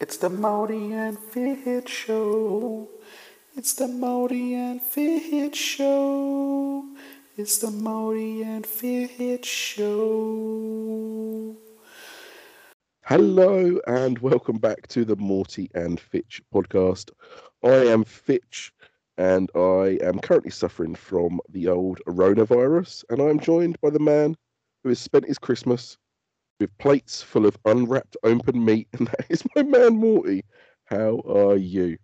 It's the Modi and Fit Show. It's the Modi and Fit Show. It's the Modi and Fit Show. Hello and welcome back to the Morty and Fitch podcast. I am Fitch and I am currently suffering from the old coronavirus and I am joined by the man who has spent his Christmas with plates full of unwrapped open meat and that is my man Morty. How are you?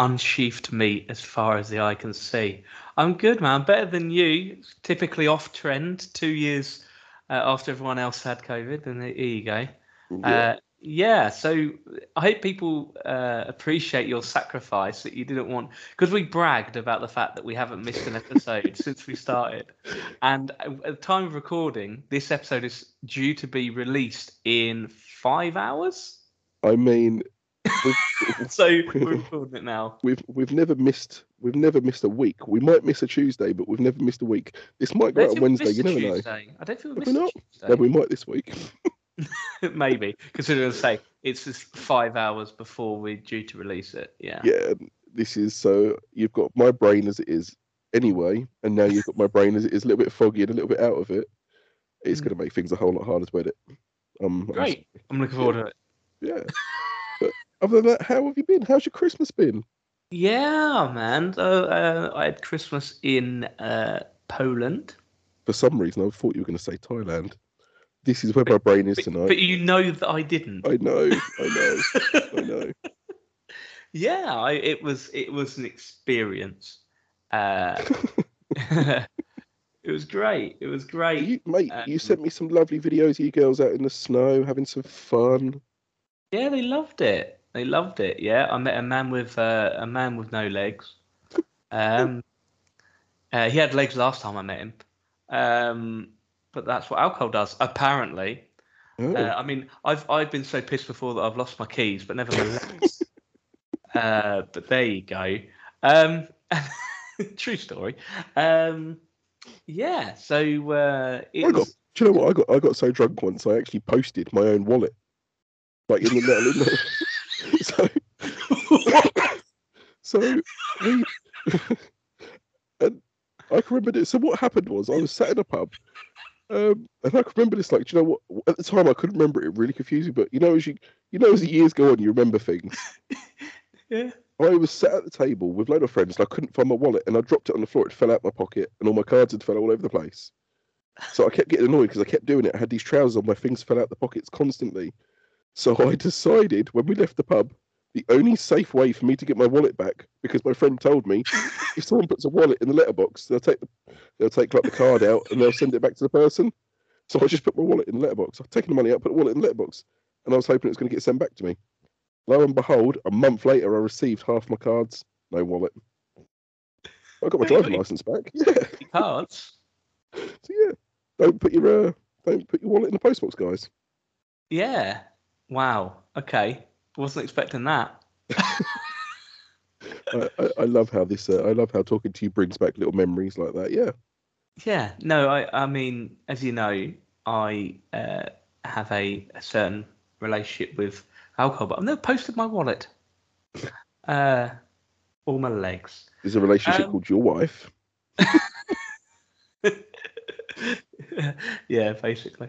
unsheathed meat as far as the eye can see. I'm good, man. Better than you. It's typically off trend. Two years uh, after everyone else had COVID, and here you go. Uh, yeah. So I hope people uh, appreciate your sacrifice that you didn't want because we bragged about the fact that we haven't missed an episode since we started, and uh, at the time of recording, this episode is due to be released in five hours. I mean we've, So we're recording it now. we've we've never missed we've never missed a week. We might miss a Tuesday, but we've never missed a week. This might go Don't out on think Wednesday, we missed you never know. Tuesday. I don't think Have we we missed not? Tuesday. No, we might this week. Maybe considering say it's just five hours before we're due to release it. Yeah. yeah, um, this is so you've got my brain as it is anyway, and now you've got my brain as it is a little bit foggy and a little bit out of it. It's Mm. going to make things a whole lot harder to edit. Um, I'm s- Great. I'm looking forward to it. yeah. but other than that, how have you been? How's your Christmas been? Yeah, man. So uh, I had Christmas in uh, Poland, For some reason, I thought you were going to say Thailand. This is where my brain is but, tonight. but you know that I didn't. I know, I know, I know. yeah, I, it was it was an experience. Uh, it was great. It was great. You, mate, you Um, sent me some lovely videos of you girls out in the snow having some fun. Yeah, they loved it. They loved it. Yeah, I met a man with uh, a man with no legs. Um, uh, he had legs last time I met him, um, but that's what alcohol does, apparently. Oh, Uh, I mean, I've I've been so pissed before that I've lost my keys, but never my legs. uh, but there you go. Um, true story. Um, yeah. So uh, I got it's Do you know what I got? I got so drunk once I actually posted my own wallet, like in the little. in the- so so we, and I can remember this. So what happened was I was sat in a pub, um, and I can remember this. Like, do you know what? At the time I couldn't remember it. It really confused me. But you know, as you you know, as the years go on, you remember things. yeah. I was sat at the table with a load of friends and I couldn't find my wallet and I dropped it on the floor. It fell out my pocket and all my cards had fell all over the place. So I kept getting annoyed because I kept doing it. I had these trousers on, my things fell out the pockets constantly. So I decided when we left the pub, the only safe way for me to get my wallet back, because my friend told me, if someone puts a wallet in the letterbox, they'll take the, they'll take like the card out and they'll send it back to the person. So I just put my wallet in the letterbox. I've taken the money out, put the wallet in the letterbox, and I was hoping it was going to get sent back to me. Lo and behold, a month later, I received half my cards, no wallet. I got my driving Really? license back. Yeah, so Cards. yeah. Don't put your uh, don't put your wallet in the postbox, guys. Yeah. Wow. Okay. Wasn't expecting that. I, I, I love how this. Uh, I love how talking to you brings back little memories like that. Yeah. Yeah. No, I, I mean, as you know, I uh, have a, a certain relationship with alcohol, but I've never posted my wallet uh, or my legs. There's a relationship Um, called your wife. yeah, basically.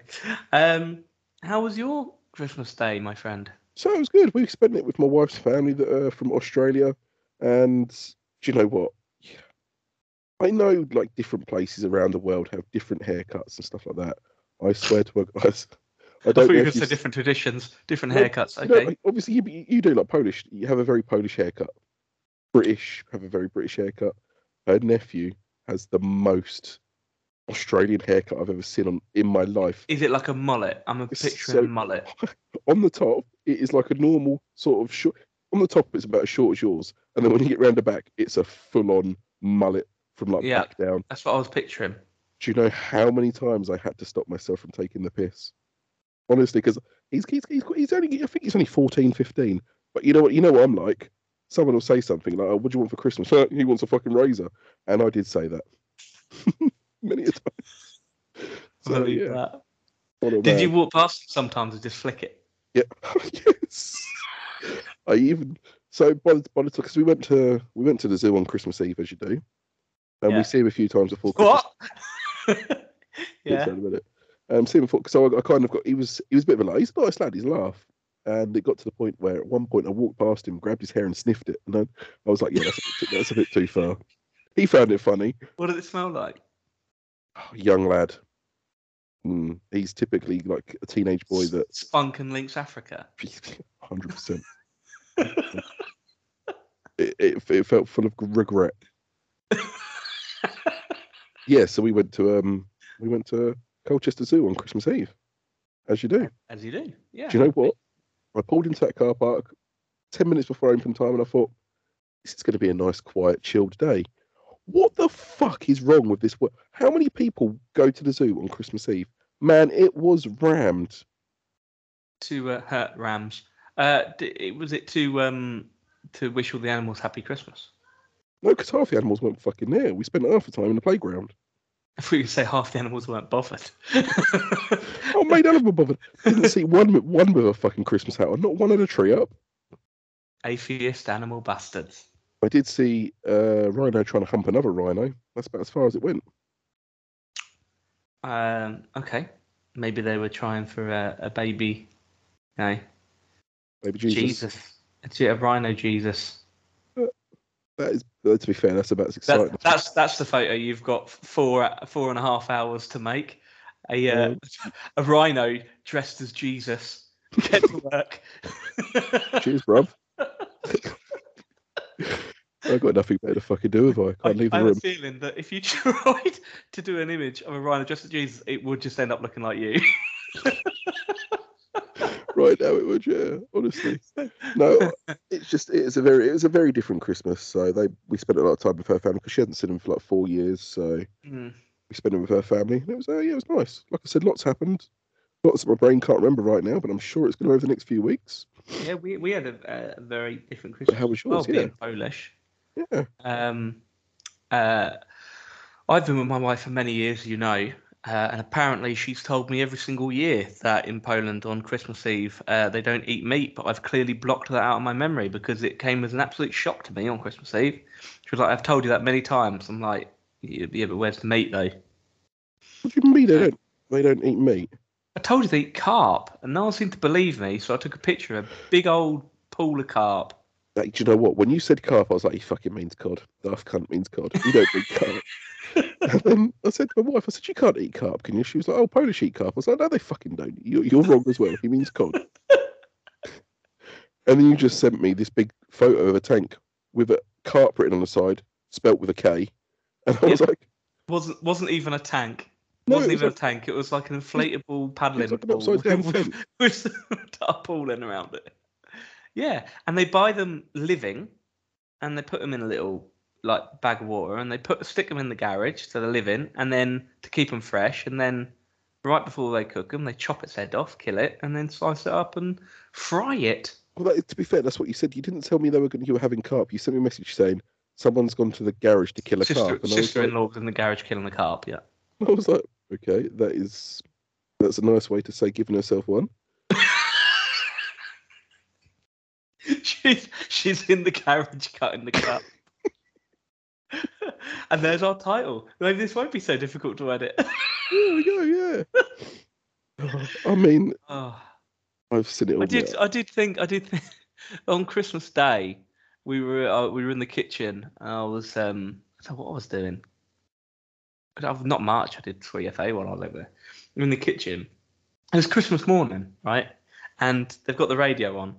Um, how was your Christmas day, my friend? So it was good. We spent it with my wife's family that are from Australia, and do you know what? I know like different places around the world have different haircuts and stuff like that. I swear to God, guys, I I don't thought know. you were if going to you say different traditions, different No, haircuts. No, Okay. like, obviously you, you you do like Polish. You have a very Polish haircut. British have a very British haircut. Her nephew has the most Australian haircut I've ever seen on, in my life. Is it like a mullet? I'm a It's picturing so- a mullet. On the top, it is like a normal sort of short. On the top, it's about as short as yours, and then when you get round the back, it's a full-on mullet from like Yeah. back down. That's what I was picturing. Do you know how many times I had to stop myself from taking the piss? Honestly, because he's, he's he's he's only I think he's only 14, 15. But you know what? You know what I'm like. Someone will say something like, oh, "What do you want for Christmas?" he wants a fucking razor, and I did say that many a time. So, Believe yeah, uh, that. what a Did man. you walk past it sometimes and just flick it? Yeah. yes. I even so by the by the because we went to we went to the zoo on Christmas Eve as you do, and Yeah. we see him a few times before. Christmas What? yeah. yeah. in a minute. Um, Stephen Fox. So I, I kind of got. He was. He was a bit of a. la- He's a nice lad. He's a laugh. And it got to the point where at one point I walked past him, grabbed his hair and sniffed it, and I, I was like, "Yeah, that's a bit too, that's a bit too far." He found it funny. What did it smell like? young lad. Mm, he's typically like a teenage boy that. Spunk and Links Africa. Hundred percent. It, it it felt full of regret. yeah, so we went to um we went to Colchester Zoo on Christmas Eve, as you do. As you do. Yeah. Do you know what? I pulled into that car park 10 minutes before open time and I thought, this is going to be a nice, quiet, chilled day. What the fuck is wrong with this? wo- How many people go to the zoo on Christmas Eve? Man, it was rammed. To uh, hurt Rams. Uh, d- it- was it to um to wish all the animals happy Christmas? No, because half the animals weren't fucking there. We spent half the time in the playground. If we could say half the animals weren't bothered. Oh, mate, none of them bothered. Didn't see one with- one with a fucking Christmas hat on. Not one had a tree up. Atheist animal bastards. I did see uh, rhino trying to hump another rhino. That's about as far as it went. Um, okay. Maybe they were trying for a, a baby. No. Maybe Jesus. Jesus. It's a rhino Jesus. That is, uh, to be fair, that's about as exciting. That, that's that's the photo you've got four four and a half hours to make. A uh, a rhino dressed as Jesus. Get to work. Cheers, bruv. I've got nothing better to fucking do if I I, can't leave I the have a room. feeling that if you tried to do an image of a rhino dressed as Jesus, it would just end up looking like you. Right now it would, yeah. Honestly. No, it's just it's a very it was a very different Christmas. So they we spent a lot of time with her family because she hadn't seen him for like four years. So we Mm. spent it with her family. And it was uh, yeah, it was nice. Like I said, lots happened. Lots that my brain can't remember right now, but I'm sure it's gonna over the next few weeks. Yeah, we, we had a, a very different Christmas. how was as well, yours? Yeah. being Polish. Yeah. Um, uh, I've been with my wife for many years, you know, uh, and apparently she's told me every single year that in Poland on Christmas Eve uh, they don't eat meat, but I've clearly blocked that out of my memory because it came as an absolute shock to me on Christmas Eve. She was like, I've told you that many times. I'm like, yeah, yeah, but where's the meat though? What do you mean they don't they don't eat meat? I told you they eat carp, and no one seemed to believe me, so I took a picture of a big old pool of carp. Like, do you know what? When you said carp, I was like, he fucking means cod. Daft cunt means cod. You don't mean carp. and then I said to my wife, I said, you can't eat carp, can you? She was like, oh, Polish eat carp. I was like, no, they fucking don't. You're, you're wrong as well. He means cod. and then you just sent me this big photo of a tank with a carp written on the side, spelt with a K. And I was Yep. like, wasn't wasn't even a tank. No, wasn't it was even a tank. It was like an inflatable paddling like an pool upside down with- fence. with a tarpaulin around it. Yeah, and they buy them living, and they put them in a little like bag of water, and they put stick them in the garage so they live in, and then to keep them fresh, and then right before they cook them, they chop its head off, kill it, and then slice it up and fry it. well, that, to be fair, that's what you said. You didn't tell me they were going, you were having carp. You sent me a message saying, someone's gone to the garage to kill a Sister, carp. And I was like- sister-in-law was in the garage killing the carp. Yeah. I was like, okay, that is that's a nice way to say giving herself one. she's she's in the carriage cutting the cup. and there's our title. Maybe this won't be so difficult to edit. There we go, yeah. I mean, oh, I've seen it all. I did. now. I did think. I did think on Christmas Day we were uh, we were in the kitchen. And I was um. I don't know what I was doing. But I've not March. I did three FA while I was over there. We were in the kitchen. It was Christmas morning, right? And they've got the radio on,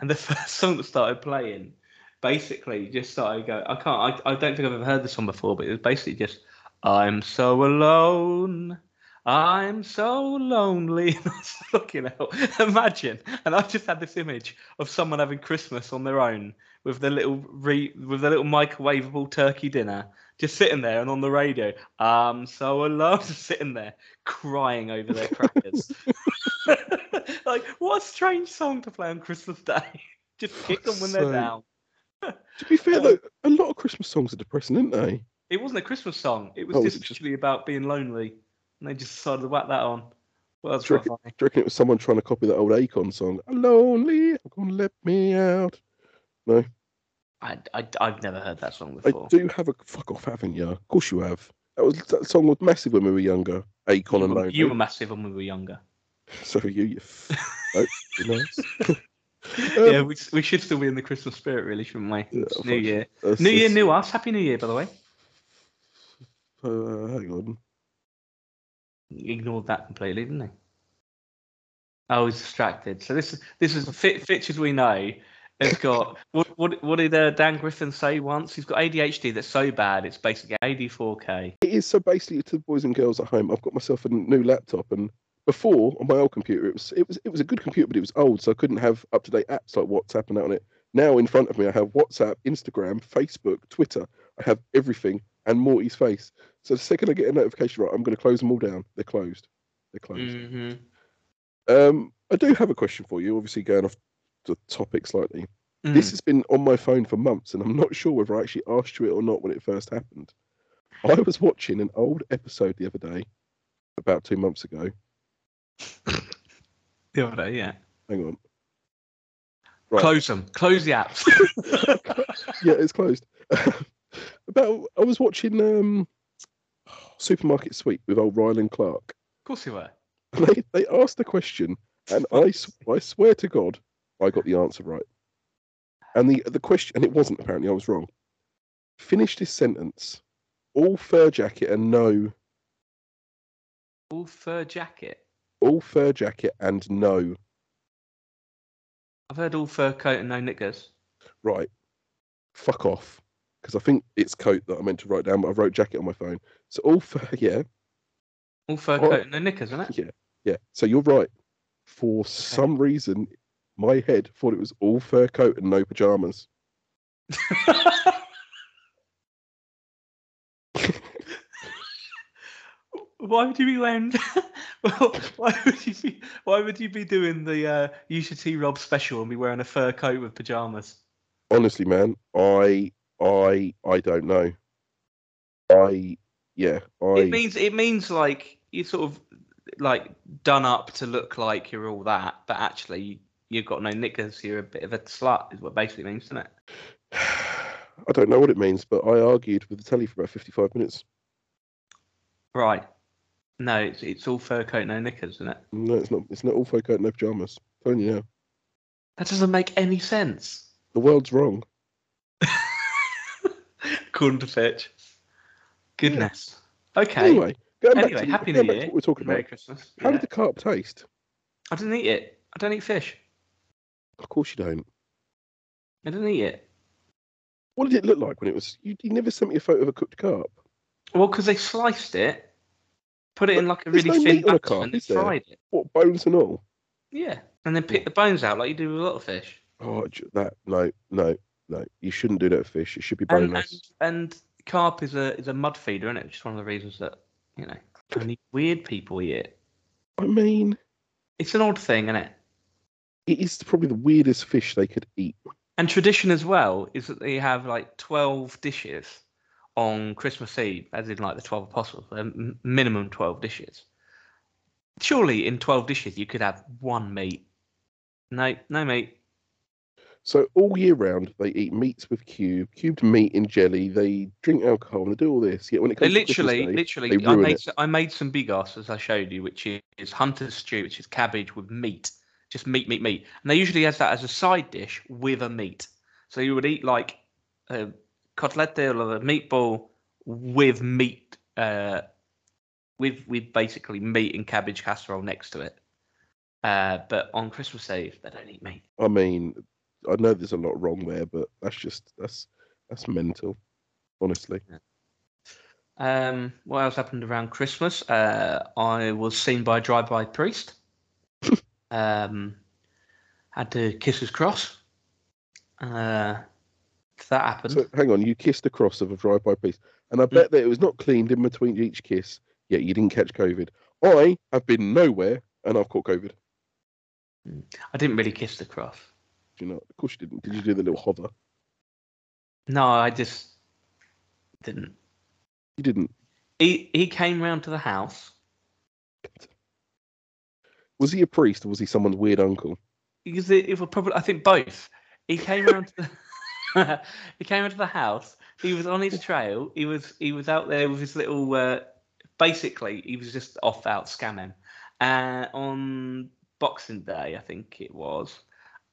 and the first song that started playing, basically just started going. I can't. I, I don't think I've ever heard this song before, but it was basically just, "I'm so alone." I'm so lonely. And I was looking out. Imagine, and I've just had this image of someone having Christmas on their own with their little re- with their little microwavable turkey dinner, just sitting there and on the radio. I'm so alone, just sitting there crying over their crackers. like, what a strange song to play on Christmas Day. Just kick them when So- they're down. To be uh, fair though, a lot of Christmas songs are depressing, aren't they? It wasn't a Christmas song. It was Oh, was just it just- literally about being lonely, and they just decided to whack that on. Well, that's Do you quite reckon- funny. Do you reckon it was someone trying to copy that old Akon song? "I'm Lonely, I'm gonna let me out. No. I, I, I've never heard that song I before. do have a fuck off, haven't you? Of course you have. That was that song was massive when we were younger. Akon You and were, Lone. you were massive when we were younger. So are you, you f- oh, you nice. yeah, we, we should still be in the Christmas spirit, really, shouldn't Um, we? Yeah, It's fuck new it. Year. That's- New Year, that's- new us. Happy New Year, by the way. Uh, hang on. Ignored that completely, didn't he? I was distracted. So this is this is Fitch, Fitch as we know, has got what what what did uh, Dan Griffin say once? He's got ADHD that's so bad it's basically AD4K. It is so basically to the boys and girls at home. I've got myself a n- new laptop, and before on my old computer, it was it was it was a good computer, but it was old, so I couldn't have up to date apps like WhatsApp and that on it. Now in front of me, I have WhatsApp, Instagram, Facebook, Twitter. I have everything and Morty's face. So the second I get a notification, right, I'm going to close them all down. They're closed. They're closed. hmm Um, I do have a question for you. Obviously, going off the topic slightly. Hmm. This has been on my phone for months, and I'm not sure whether I actually asked you it or not when it first happened. I was watching an old episode the other day, about two months ago. the other day, yeah. Hang on. Right. Close them. Close the apps. Yeah, it's closed. about I was watching um, Supermarket Sweep with old Ryland Clark. of course you were. They they asked the question, and I, s- I swear to God, I got the answer right. And the the question, and it wasn't apparently. I was wrong. Finish this sentence. All fur jacket and no All fur jacket. all fur jacket and no I've heard all fur coat and no knickers. right fuck off because i think it's coat that i meant to write down but i wrote jacket on my phone so all fur yeah All fur Oh. coat and no knickers, isn't it? yeah so you're right for some reason my head thought it was all fur coat and no pajamas why would you be wearing? well, why would you be? Why would you be doing the uh, UCT Rob special and be wearing a fur coat with pajamas? honestly man i i i don't know i yeah i It means it means like you sort of like done up to look like you're all that, but actually you've got no knickers. You're a bit of a slut, is what it basically means, isn't it? i don't know what it means but i argued with the telly for about 55 minutes Right. No, it's it's all fur coat, no knickers, isn't it? no it's not it's not all fur coat and no pajamas telling you now That doesn't make any sense. the world's wrong According to Fitch. Goodness. Okay. Anyway, going back Anyway, to, Happy going New back to Year. what we're talking Merry about. Christmas. How Yeah. did the carp taste? I didn't eat it. I don't eat fish. Of course you don't. I didn't eat it. What did it look like when it was? You, you never sent me a photo of a cooked carp. Well, because they sliced it, put it in like a there's really no thin meat on a batter carp, and then is there? fried it. What bones and all? Yeah. And then pick the bones out like you do with a lot of fish. Oh, j- that no, no, no. You shouldn't do that with fish. It should be And, boneless. and and carp is a is a mud feeder, isn't it? Which is one of the reasons that you know only weird people eat it. I mean, It's an odd thing, isn't it? it is probably the weirdest fish they could eat. And tradition as well is that they have like 12 dishes on Christmas Eve, as in like the 12 apostles, a m- minimum 12 dishes. Surely in 12 dishes you could have one meat. No, no meat. So all year round, they eat meats with cube, cubed meat in jelly. They drink alcohol and they do all this. Yet when it They comes to literally, Christmas Day, literally, they I ruin made, it. I made some big ass as I showed you, which is hunter's stew, which is cabbage with meat, just meat, meat, meat. And they usually have that as a side dish with a meat. So you would eat like a cotelette or a meatball with meat, uh, with with basically meat and cabbage casserole next to it. Uh, but on Christmas Eve, they don't eat meat. I mean, I know there's a lot wrong there, but that's just that's that's mental, honestly. Um, what else happened around Christmas? Uh, I was seen by a drive-by priest. um, had to kiss his cross. Uh, so that happened. Mm. So hang on, you kissed the cross of a drive-by piece, and I bet that it was not cleaned in between each kiss. Yet you didn't catch COVID. I have been nowhere, and I've caught COVID. I didn't really kiss the cross. Do you know? Of course you didn't. Did you do the little hover? No, I just didn't. You didn't. He he came round to the house. Was he a priest or was he someone's weird uncle? because it, it was probably I think both. He came round to the he came into the house. He was on his trail. He was he was out there with his little. Uh, basically, he was just off out scamming. Uh, on Boxing Day, I think it was.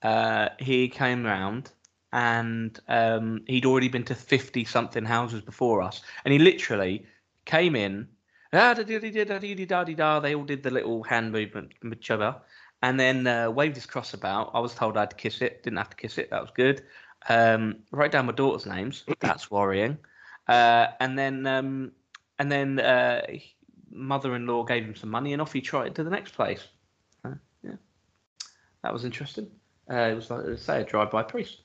Uh, he came round and um, he'd already been to fifty something houses before us, and he literally came in. "Ah, da, da, da, da, da, da, da, da, da," They all did the little hand movement, with each other, and then uh, waved his cross about. I was told I had to kiss it. Didn't have to kiss it. That was good. Um, write down my daughter's names. That's worrying. Uh, and then, um, and then uh, he- mother-in-law gave him some money, and off he trotted to the next place. Uh, yeah, that was interesting. Uh, it was like say a drive-by priest.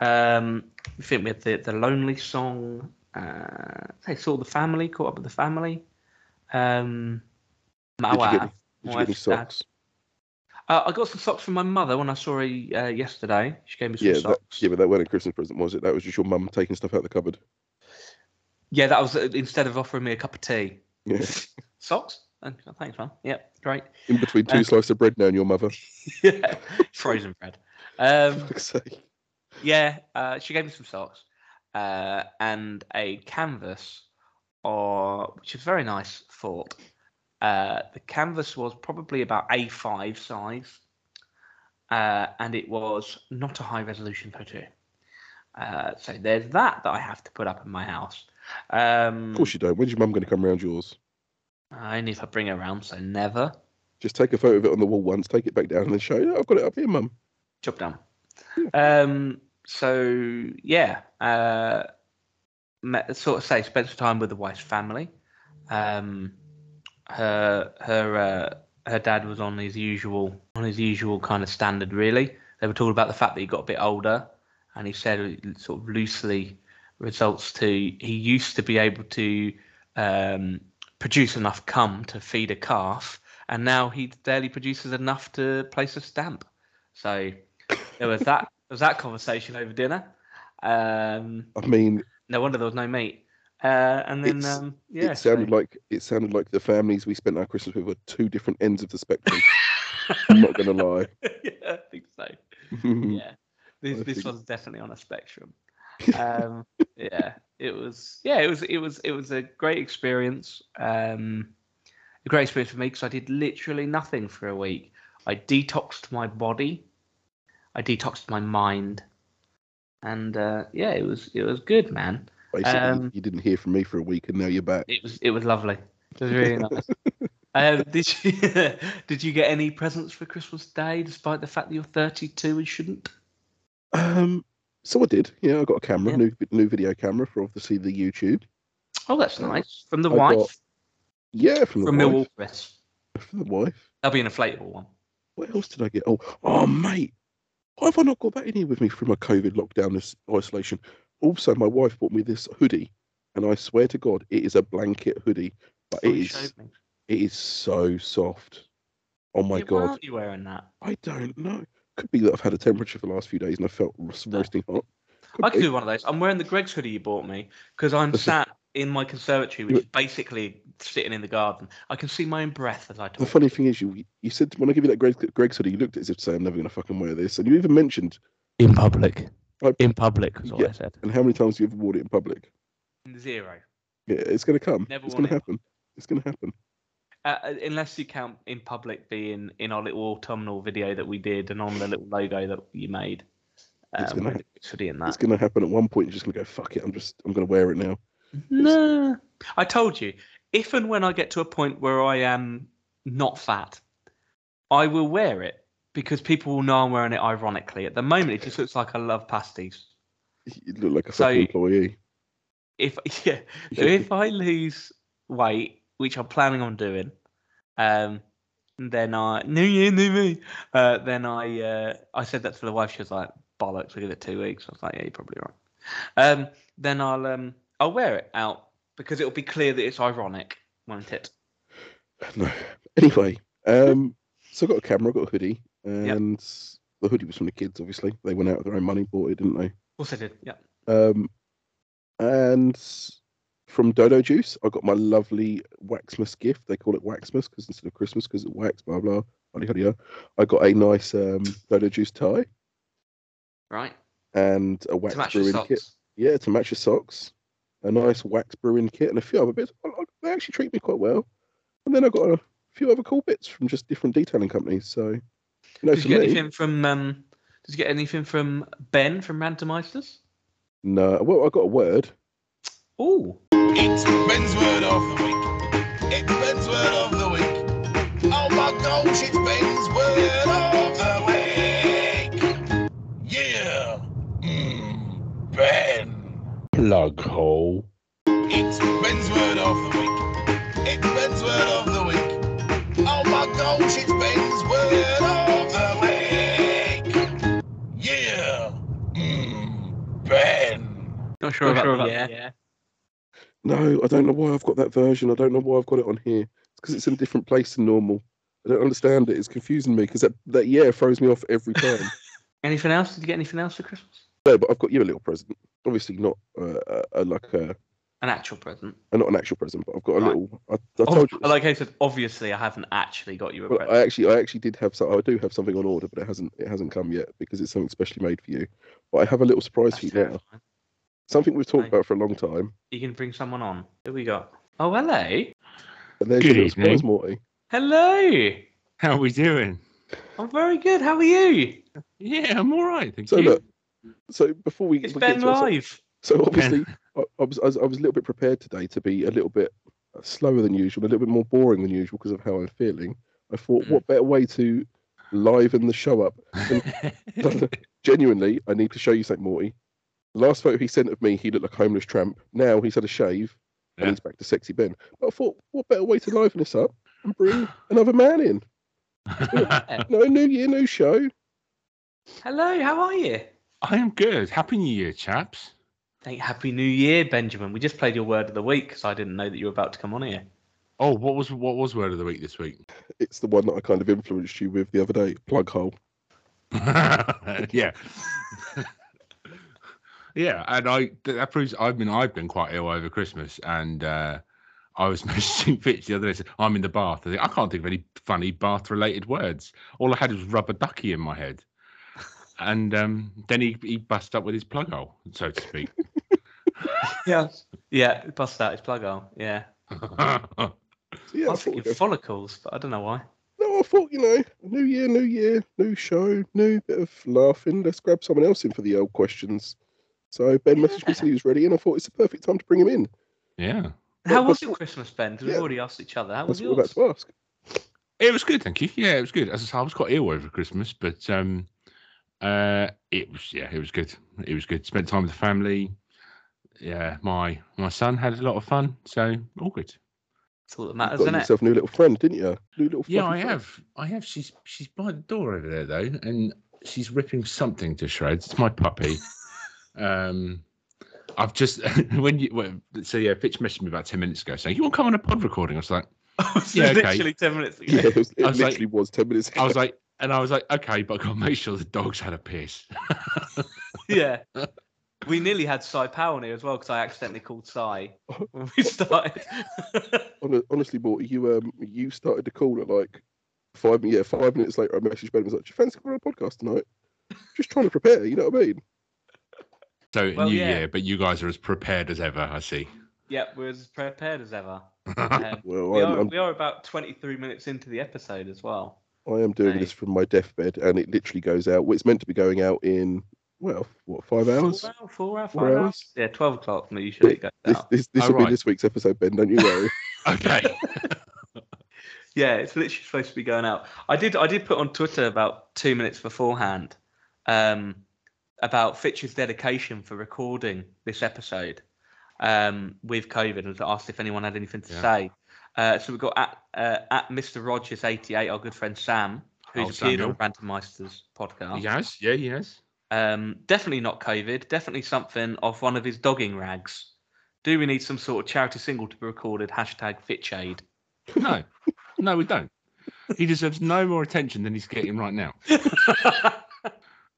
Um, I think we had the, the lonely song. Uh, they saw the family, caught up with the family. Um, Did you Mawar, get any, did you get any wife's dad. socks? Uh, I got some socks from my mother when I saw her uh, yesterday. She gave me some Yeah, that, socks. yeah, but that weren't a Christmas present, was it? That was just your mum taking stuff out of the cupboard. Yeah, that was uh, instead of offering me a cup of tea. Yeah. Socks? Oh, Thanks, man. Yep, great. In between two Uh, slices of bread now and your mother. yeah, frozen bread. Um, Fuck's sake. yeah, uh, she gave me some socks uh, and a canvas, or which is very nice thought. Uh, the canvas was probably about A5 size, uh, and it was not a high resolution photo. Uh, so there's that that I have to put up in my house. Um, Of course you don't. When's your mum going to come round yours? only if I bring her around, so never. Just take a photo of it on the wall once, take it back down, and then show you. I've got it up here, mum. job done. Um, so yeah, uh, met, sort of say spent some time with the wife's family. Um, her her uh, her dad was on his usual on his usual kind of standard. Really, they were talking about the fact that he got a bit older, and he said it sort of loosely results to he used to be able to um, produce enough cum to feed a calf, and now he barely produces enough to place a stamp. So there was that there was that conversation over dinner. Um, I mean, no wonder there was no meat. Uh, and then It's- um, yeah, it so- sounded like it sounded like the families we spent our Christmas with were two different ends of the spectrum. I'm not going to lie. yeah, I think so. Yeah, Mm. I this this think- one's definitely on a spectrum. Um, yeah, it was yeah it was it was it was a great experience. Um, a great experience for me because I did literally nothing for a week. I detoxed my body, I detoxed my mind, and uh, yeah, it was it was good, man. Basically, Um, you didn't hear from me for a week, and now you're back. It was it was lovely. It was really nice. Um, did you did you get any presents for Christmas Day, despite the fact that you're 32 and shouldn't? Um, so I did. Yeah, I got a camera, Yeah. new new video camera for obviously the YouTube. Oh, that's nice. From the I wife, got- Yeah, from the from wife. Millwall Press. From the wife. That'll be an inflatable one. What else did I get? Oh, oh, mate. Why have I not got that in here with me from my COVID lockdown is- isolation? Also, my wife bought me this hoodie, and I swear to God, it is a blanket hoodie, but Oh, it you is showed me. it is so soft. Oh my Yeah, Why God, aren't you wearing that? I don't know. Could be that I've had a temperature for the last few days and I felt ro- roasting hot. Could I could be. do one of those. I'm wearing the Greg's hoodie you bought me because I'm sat in my conservatory, which is basically sitting in the garden. I can see my own breath as I The talk. funny thing is, you you said when I give you that Greg, Greg's hoodie, you looked as if to say, "I'm never going to fucking wear this," and you even mentioned, In public. I- In public is what Yeah. I said. "And how many times have you ever worn it in public?" Zero. Yeah, it's going to come. Never it's going worn it to in happen. It's going to happen. Uh, unless you count in public being in our little autumnal video that we did and on the little logo that you made. Uh, It's gonna we're ha- actually in that. It's going to happen at one point. You're just going to go, fuck it. I'm just, I'm going to wear it now. No. I told you, if and when I get to a point where I am not fat, I will wear it because people will know I'm wearing it ironically. At the moment, it just looks like I love pasties. You look like a So- fucking employee. If yeah, so if I lose weight, which I'm planning on doing, um, then I new year, new me. Uh, then I uh, I said that to the wife. She was like, "Bollocks! We give it two weeks." I was like, "Yeah, you're probably right." Um, then I'll um I'll wear it out because it'll be clear that it's ironic, won't it? no. Anyway, um, so I got a camera, I got a hoodie, and the hoodie was from the kids. Obviously, they went out with their own money, bought it, didn't they? Also did. Yeah. Um, and from Dodo Juice, I got my lovely Waxmas gift. They call it Waxmas because instead of Christmas, because it's wax, blah blah. Huddy, huddy, I got a nice um, Dodo Juice tie. Right. and a wax to match your brewing kit. socks. Yeah, to match your socks, a nice wax brewing kit, and a few other bits. I- I- They actually treat me quite well. And then I got a few other cool bits from just different detailing companies. So, you know, Did for you get me, anything from um, Did you get anything from Ben from Randomizers? no. Well, I got a word. Oh, It's Ben's word of the week. It's Ben's word of the week. Oh my gosh, it's Ben's word of the week. Yeah. Mm, ben. Plug hole. It's Ben's word of the week. It's Ben's word of the week. Oh my gosh, it's Ben's word of the week. Yeah. Mm, ben. not sure about the yeah. No, I don't know why I've got that version. I don't know why I've got it on here. It's because it's in a different place than normal. I don't understand it. It's confusing me because that, that yeah throws me off every time. Anything else? Did you get anything else for Christmas? no, but I've got you a little present. Obviously, not uh, a, a, like a An actual present. uh, not an actual present, but I've got a Right. little. I, I Oh, told you. like I said, obviously I haven't actually got you a well, present. I actually, I actually did have. So I do have something on order, but it hasn't. It hasn't come yet because it's something specially made for you. But I have a little surprise That's for you now. terrifying. Something we've talked Right. about for a long time. You can bring someone on. Who we got? Oh, hello. And there's Good your little surprise, evening. Morty. Hello. How are we doing? I'm very good. How are you? Yeah, I'm all right. Thank So you. look. So before we It's we Ben to our- live. So obviously, I, I, was, I was I was a little bit prepared today to be a little bit slower than usual, a little bit more boring than usual because of how I'm feeling. I thought, Mm. what better way to liven the show up? Genuinely, I need to show you something, Morty. Last photo he sent of me, he looked like a homeless tramp. Now he's had a shave and Yeah. he's back to sexy Ben. But I thought, what better way to liven this up and bring another man in? No, new year, new show. Hello. How are you? I am good. Happy New Year, chaps. Thank Happy New Year, Benjamin. We just played your word of the week because I didn't know that you were about to come on here. Oh, what was what was word of the week this week? It's the one that I kind of influenced you with the other day. Plug hole. yeah, yeah, and I th- that proves I've been I've been quite ill over Christmas, and uh, I was messaging Fitch the other day. Said, I'm in the bath. I think I can't think of any funny bath related words. All I had was rubber ducky in my head, and um, then he he bust up with his plug hole, so to speak. Yes. Yeah. Bust out his plug hole. Yeah. So yeah, I I was thought we'd thinking go follicles, but I don't know why. No, I thought, you know, new year, new year, new show, new bit of laughing. Let's grab someone else in for the old questions. So Ben messaged me said he was ready, and I thought it's the perfect time to bring him in. yeah, How Well, was that's your Christmas, Ben? 'Cause yeah. We've already asked each other. How was That's what we're yours? about to ask. it was good, thank you. Yeah, it was good. As I said, I was quite ill over Christmas, but um, uh, it was yeah, it was good. It was good. Spent time with the family. Yeah, my my son had a lot of fun, so all good. That's all that You matters, got isn't it? yourself a new little friend, didn't you? New little fluffy Yeah, I friend. have. I have. She's she's by the door over there though, and she's ripping something to shreds. It's my puppy. um, I've just when you when, so yeah, Fitch messaged me about ten minutes ago saying you want to come on a pod recording. I was like, I was Yeah, okay. literally 10 minutes ago. Yeah, it, was, it I was like- literally was ten minutes. Ago. I was like, and I was like, okay, but I gotta make sure the dog's had a piss. Yeah. We nearly had Cy Powell on here as well because I accidentally called Cy when we started. Hon- honestly, Morty, you um, you started to call at like five. Yeah, five minutes later, I messaged Ben and was like, "Do you fancy coming on a podcast tonight?" Just trying to prepare. You know what I mean? So Well, new yeah. year, but you guys are as prepared as ever. I see. yep, we're as prepared as ever. Um, Well, we, I'm, are, I'm we are about 23 minutes into the episode as well. I am doing Right. this from my deathbed, and it literally goes out. Well, it's meant to be going out in well, what five hours? Four hours, four hours, Four five hours? hours? Yeah, 12 o'clock for me, usually it goes This out. this, this Oh, will right. be this week's episode, Ben. Don't you worry. okay. Yeah, it's literally supposed to be going out. I did I did put on Twitter about two minutes beforehand um, about Fitch's dedication for recording this episode um, with COVID and asked if anyone had anything to Yeah. say. Uh, so we've got at, uh, at Mr. Rogers 88, our good friend Sam, who's Oh, appeared Samuel. on Randomister's podcast. Yes. Yeah. Yes. Um, definitely not COVID. Definitely something of one of his dogging rags. Do we need some sort of charity single to be recorded? Hashtag FitchAid. No. No, we don't. He deserves no more attention than he's getting right now.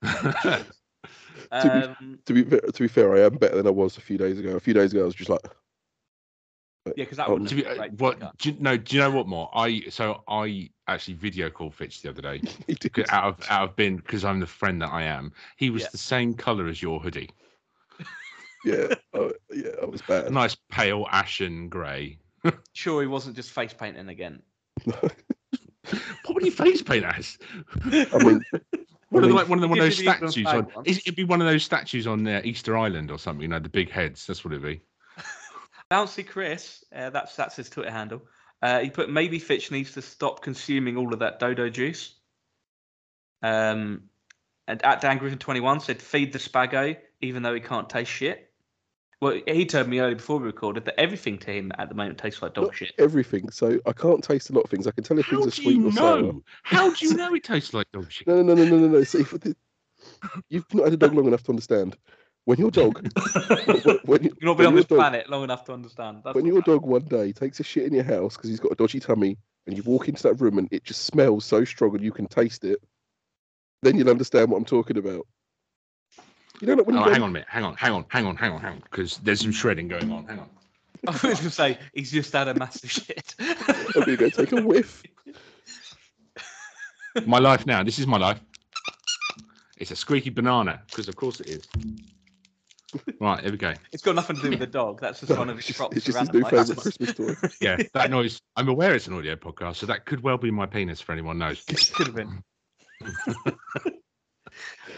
um, Um, to be fair, to be fair, I am better than I was a few days ago. A few days ago, I was just like, Yeah, because that Oh, wouldn't To be, have uh, been great. what do you, no? Do you know what more? I so I actually video called Fitch the other day He did. 'cause out of out of bin because I'm the friend that I am. He was Yeah. the same color as your hoodie, Yeah, oh, yeah, I was a bad. nice pale ashen grey. Sure, he wasn't just face painting again. What would you face paint as? I mean, I One of, the, mean, like, one of the- one of those Give you the Eastern statues flag on. one. it- It'd be one of those statues on uh, Easter Island or something. You know, the big heads. That's what it'd be. Bouncy Chris, uh, that's that's his Twitter handle. Uh, he put maybe Fitch needs to stop consuming all of that dodo juice. Um, and at Dan Griffin twenty one said feed the spago even though he can't taste shit. Well, he told me earlier before we recorded that everything to him at the moment tastes like dog Not shit. everything. So I can't taste a lot of things. I can tell if How things are do you sweet or sour. know? How do you know it tastes like dog shit? No, no, no, no, no, no, no. See, for the- you've not had a dog long enough to understand. When your dog, when, when, You've not when been your on this dog, planet long enough to understand. That's when what your that- dog one day takes a shit in your house because he's got a dodgy tummy, and you walk into that room and it just smells so strong and you can taste it, then you'll understand what I'm talking about. You know, like when you Oh, go- hang on a minute. Hang on. Hang on. Hang on. Hang on. Hang on. Because there's some shredding going on. Hang on. I was going to say he's just had a massive shit. when you go take a whiff. My life now. This is my life. It's a squeaky banana. Because of course it is. Right. Here we go. it's got nothing to do with the dog. That's just one of It's his just, props. it's for just his new randomisers. favourite Christmas toy. Yeah. That noise. I'm aware it's an audio podcast, so that could well be my penis for anyone knows. Could have been. um,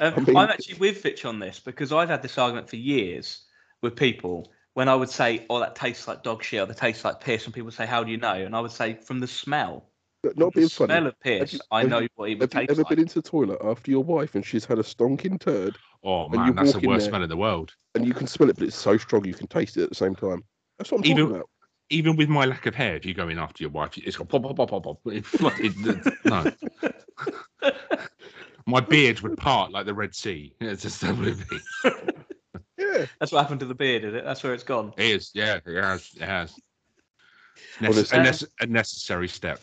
I mean- I'm actually with Fitch on this because I've had this argument for years with people when I would say, "Oh, that tastes like dog shit," or "That tastes like piss," and people would say, "How do you know?" And I would say, "From the smell, But not the being smell funny. of piss, you- I have know you- what it would Have you taste ever like." been into the toilet after your wife and she's had a stonking turd Oh you man, that's the walk in worst there- smell in the world. and you can smell it, but it's so strong you can taste it at the same time? That's what I'm Even- talking about. even with my lack of hair, if you go in after your wife, it's got pop, pop, pop, pop, pop. It, fl- it, no. my beard would part like the Red Sea. It's just that would it be. Yeah. That's what happened to the beard, is it? That's where it's gone. It is, yeah, it has, it has. Nece- Honestly. a, nece- a necessary step.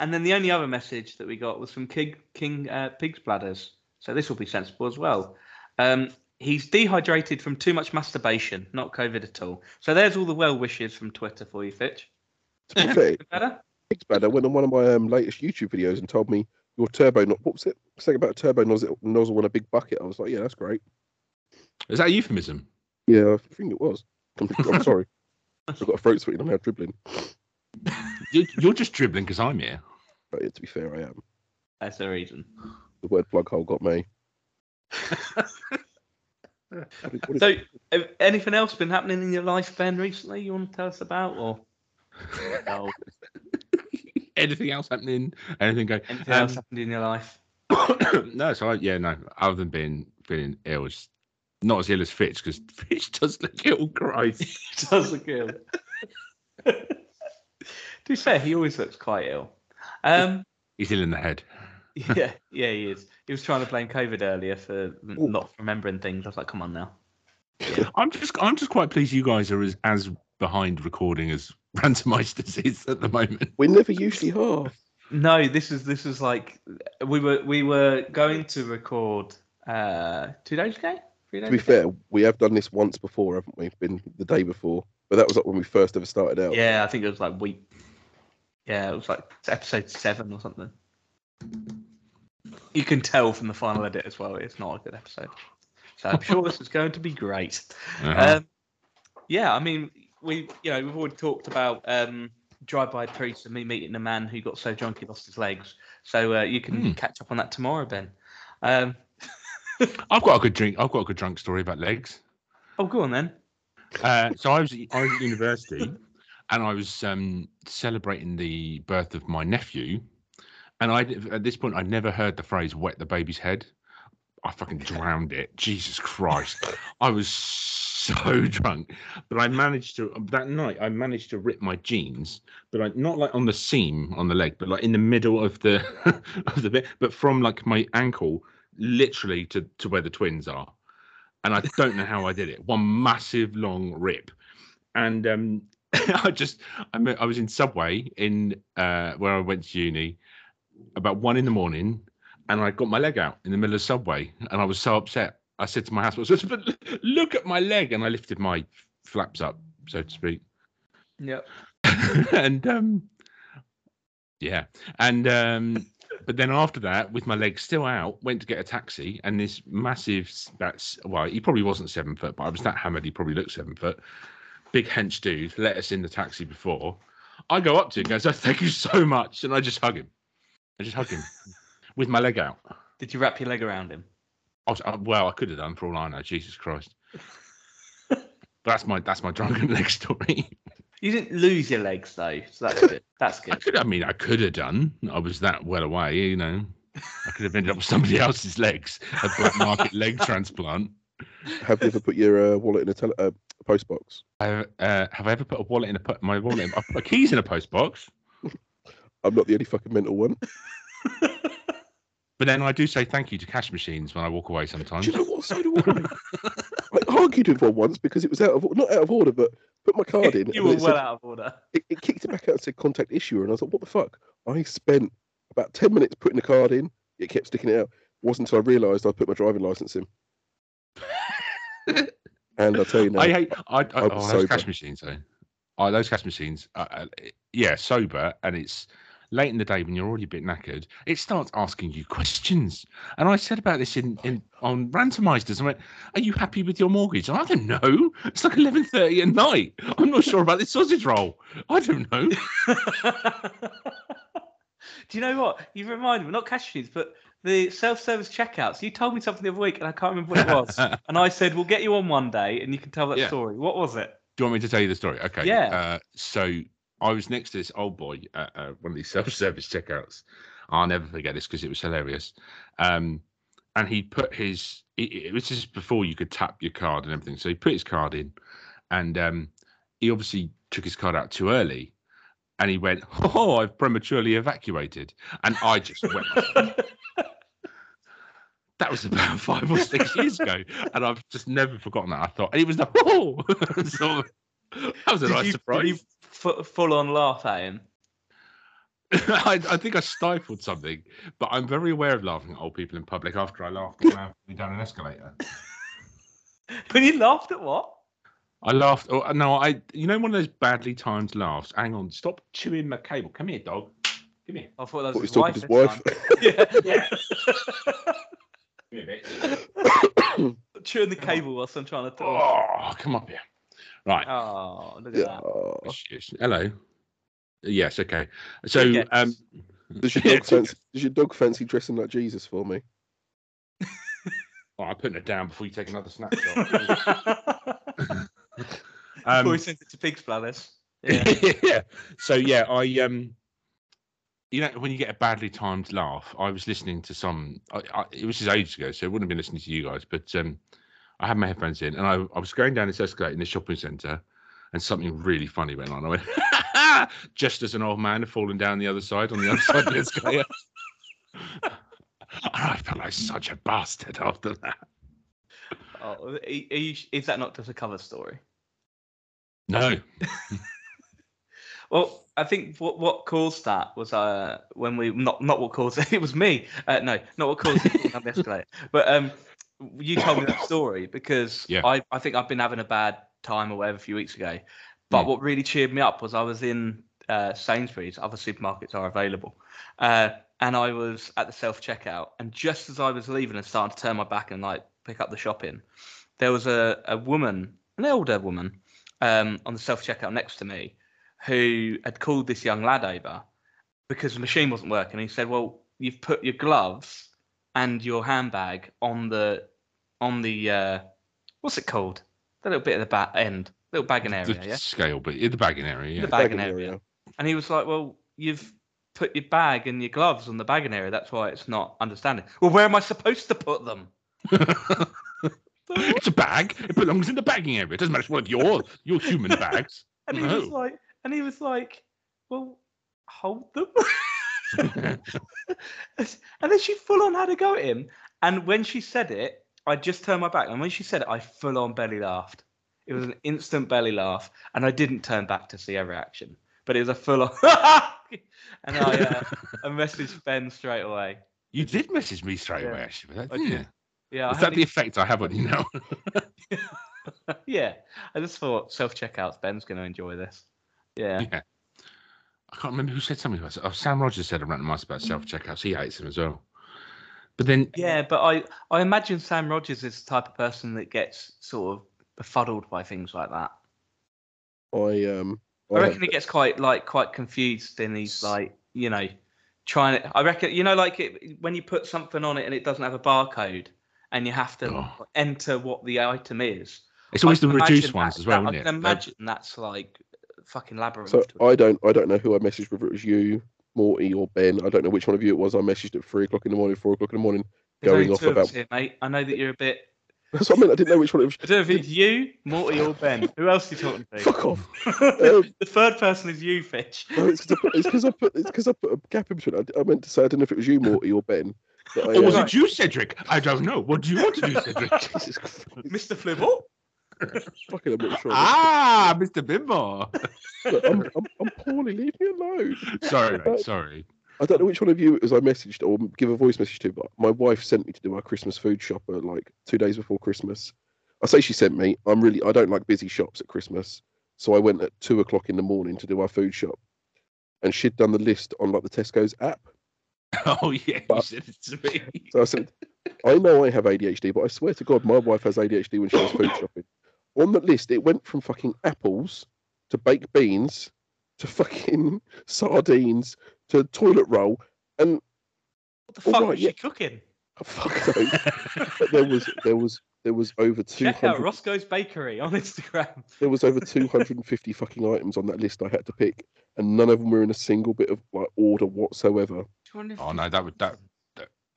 And then the only other message that we got was from King, King uh, Pig's Bladders. So this will be sensible as well. Um, he's dehydrated from too much masturbation, not COVID at all. So there's all the well wishes from Twitter for you, Fitch. To be fair, Better? Pigs Bad, I went on one of my um, latest YouTube videos and told me your turbo no What was it? Something about a turbo nozzle, nozzle on a big bucket. I was like, yeah, that's great. is that a euphemism? Yeah, I think it was. I'm, I'm sorry. I've got a throat sweet and I'm now dribbling. You, you're just dribbling because I'm here. But yeah, to be fair, I am. That's the reason. The word plug hole got me. What is- what is- So, have anything else been happening in your life, Ben, recently you want to tell us about? Or no, Anything else happening? Anything going? anything else happened in your life? no, so I, yeah, no. Other than being feeling ill, it's not as ill as Fitch because Fitch does look ill, Christ. Doesn't kill. to be fair, he always looks quite ill. Um, He's ill in the head. yeah, yeah, he is. He was trying to blame COVID earlier for n- Ooh. not remembering things. I was like, come on now. I'm just I'm just quite pleased you guys are as, as behind recording as randomized is at the moment. we never usually are. No, this is this is like we were we were going to record uh two days ago. Three days To be ago? fair, we have done this once before, haven't we? Been the day before. But that was like when we first ever started out. Yeah, I think it was like week. Yeah, it was like episode seven or something. You can tell from the final edit as well. It's not a good episode, so I'm sure this is going to be great. Uh-huh. Um, yeah, I mean, we you know we've already talked about um, drive-by priest and me meeting the man who got so drunk he lost his legs. So uh, you can Hmm. catch up on that tomorrow, Ben. Um, I've got a good drink. I've got a good drunk story about legs. oh, go on then. Uh, so I was I was at university, and I was um, celebrating the birth of my nephew, and I at this point I'd never heard the phrase "wet the baby's head." I fucking drowned it. Jesus Christ, I was so drunk, but I managed to that night. I managed to rip my jeans, but I, not like on the seam on the leg, but like in the middle of the of the bit, but from like my ankle literally to to where the twins are and I don't know how I did it. One massive long rip, and um, I just I, mean, I was in Subway in uh, where I went to uni about one in the morning, and I got my leg out in the middle of Subway, and I was so upset. I said to my housemate, "But look at my leg!" And I lifted my flaps up, so to speak, Yep. and um yeah and um but then after that with my legs still out went to get a taxi and this massive s- that's well he probably wasn't seven foot but i was that hammered he probably looked seven foot big hench dude let us in the taxi before i go up to him goes "Oh, thank you so much and i just hug him i just hug him with my leg out Did you wrap your leg around him? I was, uh, well i could have done for all i know jesus christ but that's my that's my drunken leg story You didn't lose your legs though, so that's good. That's I good. could. I mean, I could have done. I was that well away, you know. I could have ended up with somebody else's legs, a black market leg transplant. Have you ever put your uh, wallet in a tele- uh, post box? I, uh, have I ever put a wallet in a po- my wallet? In, I put my keys in a post box. I'm not the only fucking mental one. But then I do say thank you to cash machines when I walk away sometimes. Do you know what? So do I. I argued with one once because it was out of not out of order, but put my card in. you and were it, said- well out of order. it, it kicked it back out and said contact issuer, and I was like, what the fuck? I spent about ten minutes putting the card in. It kept sticking it out. wasn't until I realised I put my driving licence in. and I tell you now, I hate. I, I, was oh, sober. those cash machines though. Oh, those cash machines. Uh, uh, yeah, sober, and it's late in the day when you're already a bit knackered. It starts asking you questions, and I said about this in, in on randomizers. I went, "Are you happy with your mortgage?" I don't know. It's like eleven thirty at night. I'm not sure about this sausage roll. I don't know. Do you know what? You remind me, not cash machines, but the self-service checkouts. You told me something the other week, and I can't remember what it was. Do and I said, "We'll get you on one day, and you can tell that Yeah. story." What was it? you want me to tell you the story? Okay. Yeah. Uh, so I was next to this old boy at uh, one of these self-service checkouts. I'll never forget this because it was hilarious. Um, and he put his. It, it was just before you could tap your card and everything. So he put his card in, and um, he obviously took his card out too early, and he went, "Oh, I've prematurely evacuated," and I just went. That was about five or six years ago, and I've just never forgotten that. I thought, and it was the oh, sort of- that was a Did nice you, surprise. Did you fu- full-on laugh at him? I, I think I stifled something, but I'm very aware of laughing at old people in public after I laughed at them down an escalator. When you laughed at what? I laughed. Oh, no, I. You know, one of those badly timed laughs. Hang on, stop chewing my cable. Come here, dog. Come here. I thought that Thought was he was his talking wife. to his this wife. time. yeah, Come here, bitch. chewing the cable whilst I'm trying to talk. Oh, come up here. Right. Oh, look at yeah. that. Oh. Yes, yes. Hello. Yes. Okay. So, Yes. um, Does your Yeah, dog fancy? Does your dog fancy dressing like Jesus for me? oh, I'm putting it down before you take another snapshot. um, Um, Before he sends it to Pig's Palace. Yeah. yeah. So yeah, I um, you know, when you get a badly timed laugh, I was listening to some. I, I, it was just ages ago, so I wouldn't have been listening to you guys. But um, I had my headphones in, and I, I was going down this escalator in the shopping centre, and something really funny went on. I went, just as an old man had fallen down the other side on the other side of the escalator. And I felt like such a bastard after that. Oh, are you- are you- is that not just a cover story? No, Well, I think what what caused that was uh when we not not what caused it, it was me. Uh, no, not what caused it. I'm escalating. But um, you told me that story because Yeah. I I think I've been having a bad time or whatever a few weeks ago. But Mm. what really cheered me up was I was in uh, Sainsbury's. Other supermarkets are available. Uh, and I was at the self checkout, and just as I was leaving and starting to turn my back and like pick up the shopping, there was a, a woman, an elder woman, um, on the self checkout next to me, who had called this young lad over because the machine wasn't working. And he said, "Well, you've put your gloves and your handbag on the on the uh, what's it called? The little bit at the back end, little bagging the area, yeah, scale, but in the bagging area. the Yeah. bagging area." And he was like, "Well, you've put your bag and your gloves on the bagging area. That's why it's not understanding. Well, where am I supposed to put them?" it's a bag. It belongs in the bagging area. It doesn't matter. It's one of your your human bags. And he was no. like, "And he was like, well, hold them." and then she full on had a go at him. And when she said it, I just turned my back. And when she said it, I full on belly laughed. It was an instant belly laugh, and I didn't turn back to see her reaction. But it was a full on. and I, uh, I messaged Ben straight away. you did message me straight Yeah, away, actually. with that, I didn't did. you? Yeah, I Is that the hadn't effect I have on you now? even- yeah. I just thought self checkouts. Ben's going to enjoy this. Yeah. Yeah. I can't remember who said something about it. Oh, Sam Rogers said a random mouse about self checkouts. He hates them as well. But then, Yeah, but I, I imagine Sam Rogers is the type of person that gets sort of befuddled by things like that. I um. I have- reckon he gets quite like quite confused and he's like, you know, trying to I reckon you know like it, when you put something on it and it doesn't have a barcode and you have to Oh. enter what the item is. it's always I the can imagine reduced ones that- as well, that- isn't it? I can They're- imagine that's like fucking labyrinth. So to it. I don't I don't know who I messaged whether it was you, Morty, or Ben. I don't know which one of you it was. I messaged at three o'clock in the morning, four o'clock in the morning. There's only going off two of us about- here, mate. I know that you're a bit That's what I mean. I didn't know which one it was. I don't know if it's you, Morty, or Ben. Who else are you talking to? Fuck off. Um, the third person is you, Fitch. No, it's because I put it's because I, put a gap in between. I, I meant to say I didn't know if it was you, Morty, or Ben. but I, Or "Oh, was uh, it you, Cedric? I don't know. What do you want to do, Cedric? Jesus Christ, Mr. Flibble? fucking, I'm not sure. ah, Mr. Bimbo. Look, I'm, I'm, I'm poorly. Leave me alone. sorry, mate, sorry. I don't know which one of you it was I messaged or give a voice message to, but my wife sent me to do my Christmas food shopper like two days before Christmas. I say she sent me. I'm really I don't like busy shops at Christmas, so I went at two o'clock in the morning to do our food shop, and she'd done the list on like the Tesco's app. Oh yeah, you But- said it to me. So I said, I know I have ADHD, but I swear to God, my wife has ADHD when she does food shopping. On the list, it went from fucking apples to baked beans to fucking sardines to toilet roll, and What the All fuck right, was yeah. she cooking? oh, fuck knows. but there was there was there was over two Check out hundred Roscoe's Bakery on Instagram. there was over two hundred and fifty fucking items on that list I had to pick, and none of them were in a single bit of like order whatsoever. Oh, no, that would- that-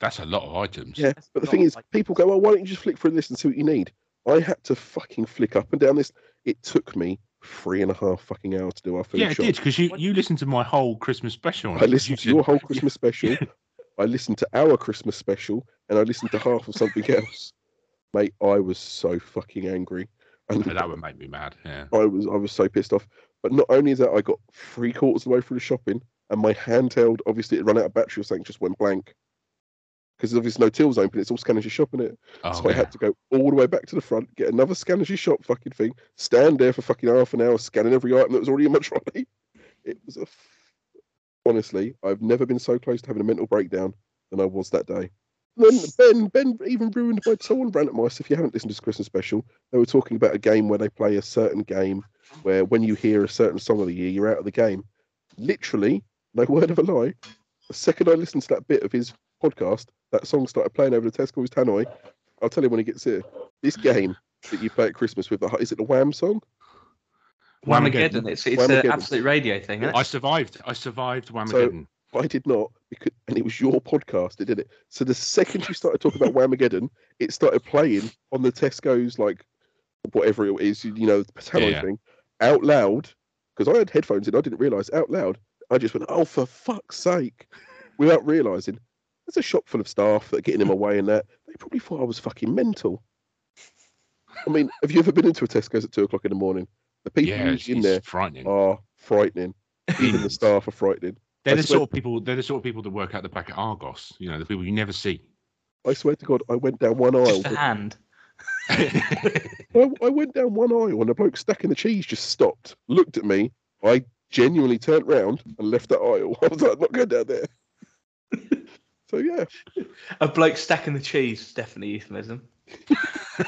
That's a lot of items. Yeah, That's but the not thing is, like- people go, "Well, why don't you just flick through this and see what you need?" I had to fucking flick up and down this. It took me three and a half fucking hours to do our food Yeah, it shop. did because you you listened to my whole Christmas special. I listened to your whole Christmas special. I listened to our Christmas special, and I listened to half of something else. Mate, I was so fucking angry, and That would make me mad. Yeah. I was I was so pissed off. But not only is that, I got three quarters of the way through the shopping, and my handheld obviously it ran out of battery or something, just went blank. Because there's obviously no tills open, it's all scanning to shop in it. Oh, so I yeah. had to go all the way back to the front, get another scanner's shop fucking thing, stand there for fucking half an hour scanning every item that was already in my trolley. It was a. F- Honestly, I've never been so close to having a mental breakdown than I was that day. Then Ben, Ben even ruined my. Someone ran at mice. If you haven't listened to this Christmas special, they were talking about a game where they play a certain game where when you hear a certain song of the year, you're out of the game. Literally, no word of a lie. The second I listened to that bit of his podcast, that song started playing over the Tesco's tannoy. I'll tell you when he gets here. This game that you play at Christmas with the is it the Wham song? Whamageddon. It's, it's an Whamageddon. absolute radio thing. isn't I it? survived. I survived Whamageddon. I did not because, and it was your podcast that did it. So the second you started talking about Whamageddon, it started playing on the Tesco's like whatever it is, you know, the Tannoy Yeah. thing out loud because I had headphones in. I didn't realise out loud. I just went, "Oh, for fuck's sake!" without realising. There's a shop full of staff that are getting in my way and that. They probably thought I was fucking mental. I mean, have you ever been into a Tesco's at two o'clock in the morning? The people yeah, it's, usually in it's there Oh, frightening. are frightening. Even the Fiends. staff are frightening. They're I the swear- sort of people. They're the sort of people that work out the back at Argos. You know, the people you never see. I swear to God, I went down one aisle. Just a hand. I, I went down one aisle, and the bloke stacking the cheese just stopped, looked at me. I genuinely turned round and left that aisle. I was like, I'm not going down there. so yeah, A bloke stacking the cheese is definitely a euphemism.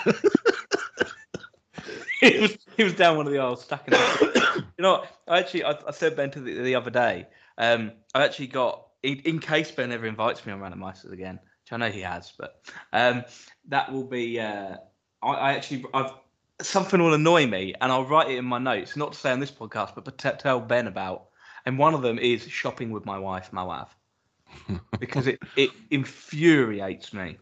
he, was, he was down one of the aisles stacking the You know, what? I actually, I, I said Ben to the, the other day, um, I actually got, in, in case Ben ever invites me on Random Mices again, which I know he has, but um, that will be, uh, I, I actually, I've, something will annoy me and I'll write it in my notes, not to say on this podcast, but to t- tell Ben about. And one of them is shopping with my wife, my wife. because it, it infuriates me.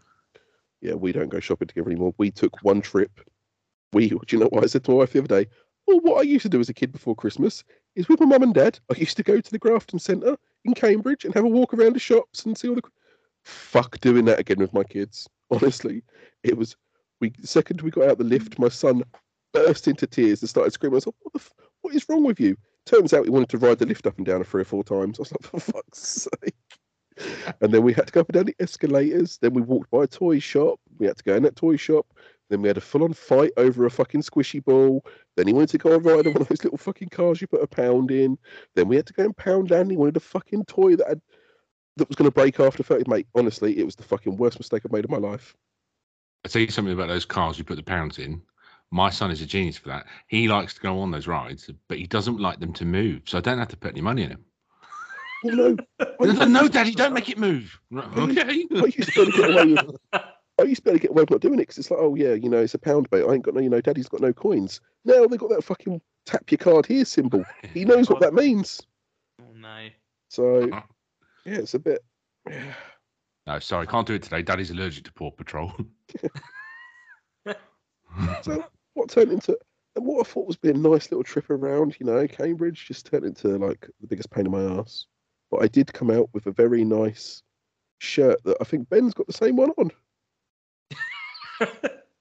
yeah, we don't go shopping together anymore. We took one trip. We, do you know what I said to my wife the other day? Well, what I used to do as a kid before Christmas is with my mum and dad. I used to go to the Grafton Centre in Cambridge and have a walk around the shops and see all the. Fuck doing that again with my kids. Honestly, it was. We the second we got out the lift, my son burst into tears and started screaming. I was like, "What, the f- what is wrong with you?" Turns out he wanted to ride the lift up and down three or four times. I was like, "For fuck's sake!" And then we had to go up and down the escalators. Then we walked by a toy shop. We had to go in that toy shop. Then we had a full on fight over a fucking squishy ball. Then he wanted to go and ride on one of those little fucking cars you put a pound in. Then we had to go and pound land. He wanted a fucking toy that had, that was going to break after 30. Mate, honestly, it was the fucking worst mistake I've made in my life. I tell you something about those cars you put the pounds in. My son is a genius for that. He likes to go on those rides, but he doesn't like them to move. So I don't have to put any money in him. Well, no, No, no, Daddy, don't make it move. Okay. I used to be able to get away with. I used to be able to get away with not doing it because it's like, oh yeah, you know, it's a pound bait. I ain't got no, you know, Daddy's got no coins. Now they've got that fucking tap your card here symbol. He knows what that means. Oh no. So yeah, it's a bit. No, sorry, can't do it today. Daddy's allergic to Paw Patrol. So what turned into and what I thought was being a nice little trip around, you know, Cambridge just turned into like the biggest pain in my ass. But I did come out with a very nice shirt that I think Ben's got the same one on.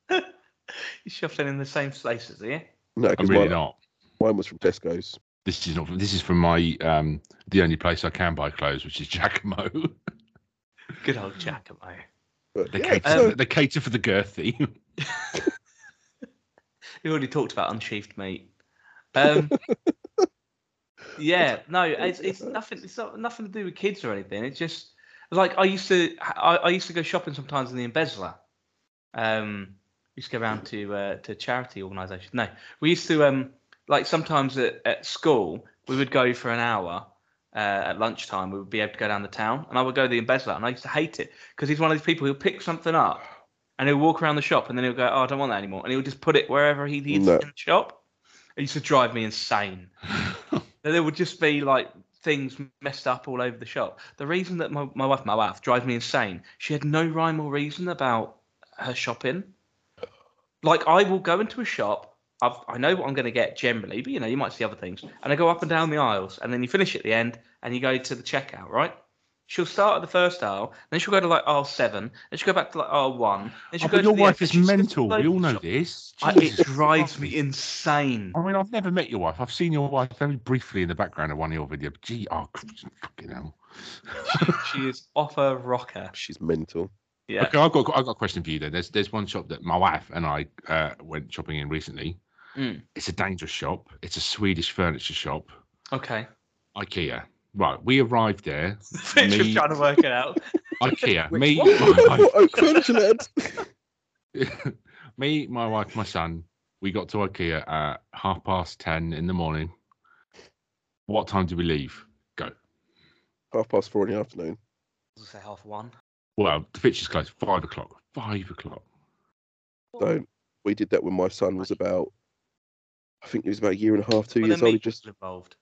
You're shuffling in the same places, are you? No, I'm because really mine, not. mine was from Tesco's. This is not. From, this is from my um, the only place I can buy clothes, which is Giacomo. Good old Giacomo. But they, yeah, cater, so- they cater for the girthy. We already talked about unsheathed meat. Um, yeah, no, it's, it's nothing. It's not, nothing to do with kids or anything. It's just like I used to. I, I used to go shopping sometimes in the embezzler. Um, we used to go around to uh, to charity organisations. No, we used to um like sometimes at, at school we would go for an hour. Uh, at lunchtime, we would be able to go down the town, and I would go to the embezzler, and I used to hate it because he's one of these people who'll pick something up, and he'll walk around the shop, and then he'll go, "Oh, I don't want that anymore," and he'll just put it wherever he needs No. it in the shop. It used to drive me insane. Now, there would just be like things messed up all over the shop. The reason that my, my wife, my wife, drives me insane, she had no rhyme or reason about her shopping. Like I will go into a shop, I've, I know what I'm going to get generally, but you know you might see other things, and I go up and down the aisles, and then you finish at the end, and you go to the checkout, right? She'll start at the first aisle, then she'll go to like aisle seven, then she'll go back to like aisle one, then she'll Oh, go but to your the end, wife and is she's just mental. all over We all the know shop. this. I- Jesus it drives me Christ. insane. I mean, I've never met your wife. I've seen your wife very briefly in the background of one of your videos. Gee, oh, fucking hell. she is off her rocker. she's mental. Yeah. Okay, I've got I've got a question for you. Then there's there's one shop that my wife and I uh, went shopping in recently. Mm. It's a dangerous shop. It's a Swedish furniture shop, Okay. IKEA. Right, we arrived there. Fitch was Me- trying to work it out. IKEA. Wait, me, what? my wife, What oak furniture, lads? me, my wife, my son. We got to IKEA at half past ten in the morning. What time did we leave? Half past four in the afternoon. I'll say half one. Well, the fitch is closed. Five o'clock. Five o'clock. Don't. We did that when my son was about, I think he was about a year and a half, two Well, years then old. He meat just was involved.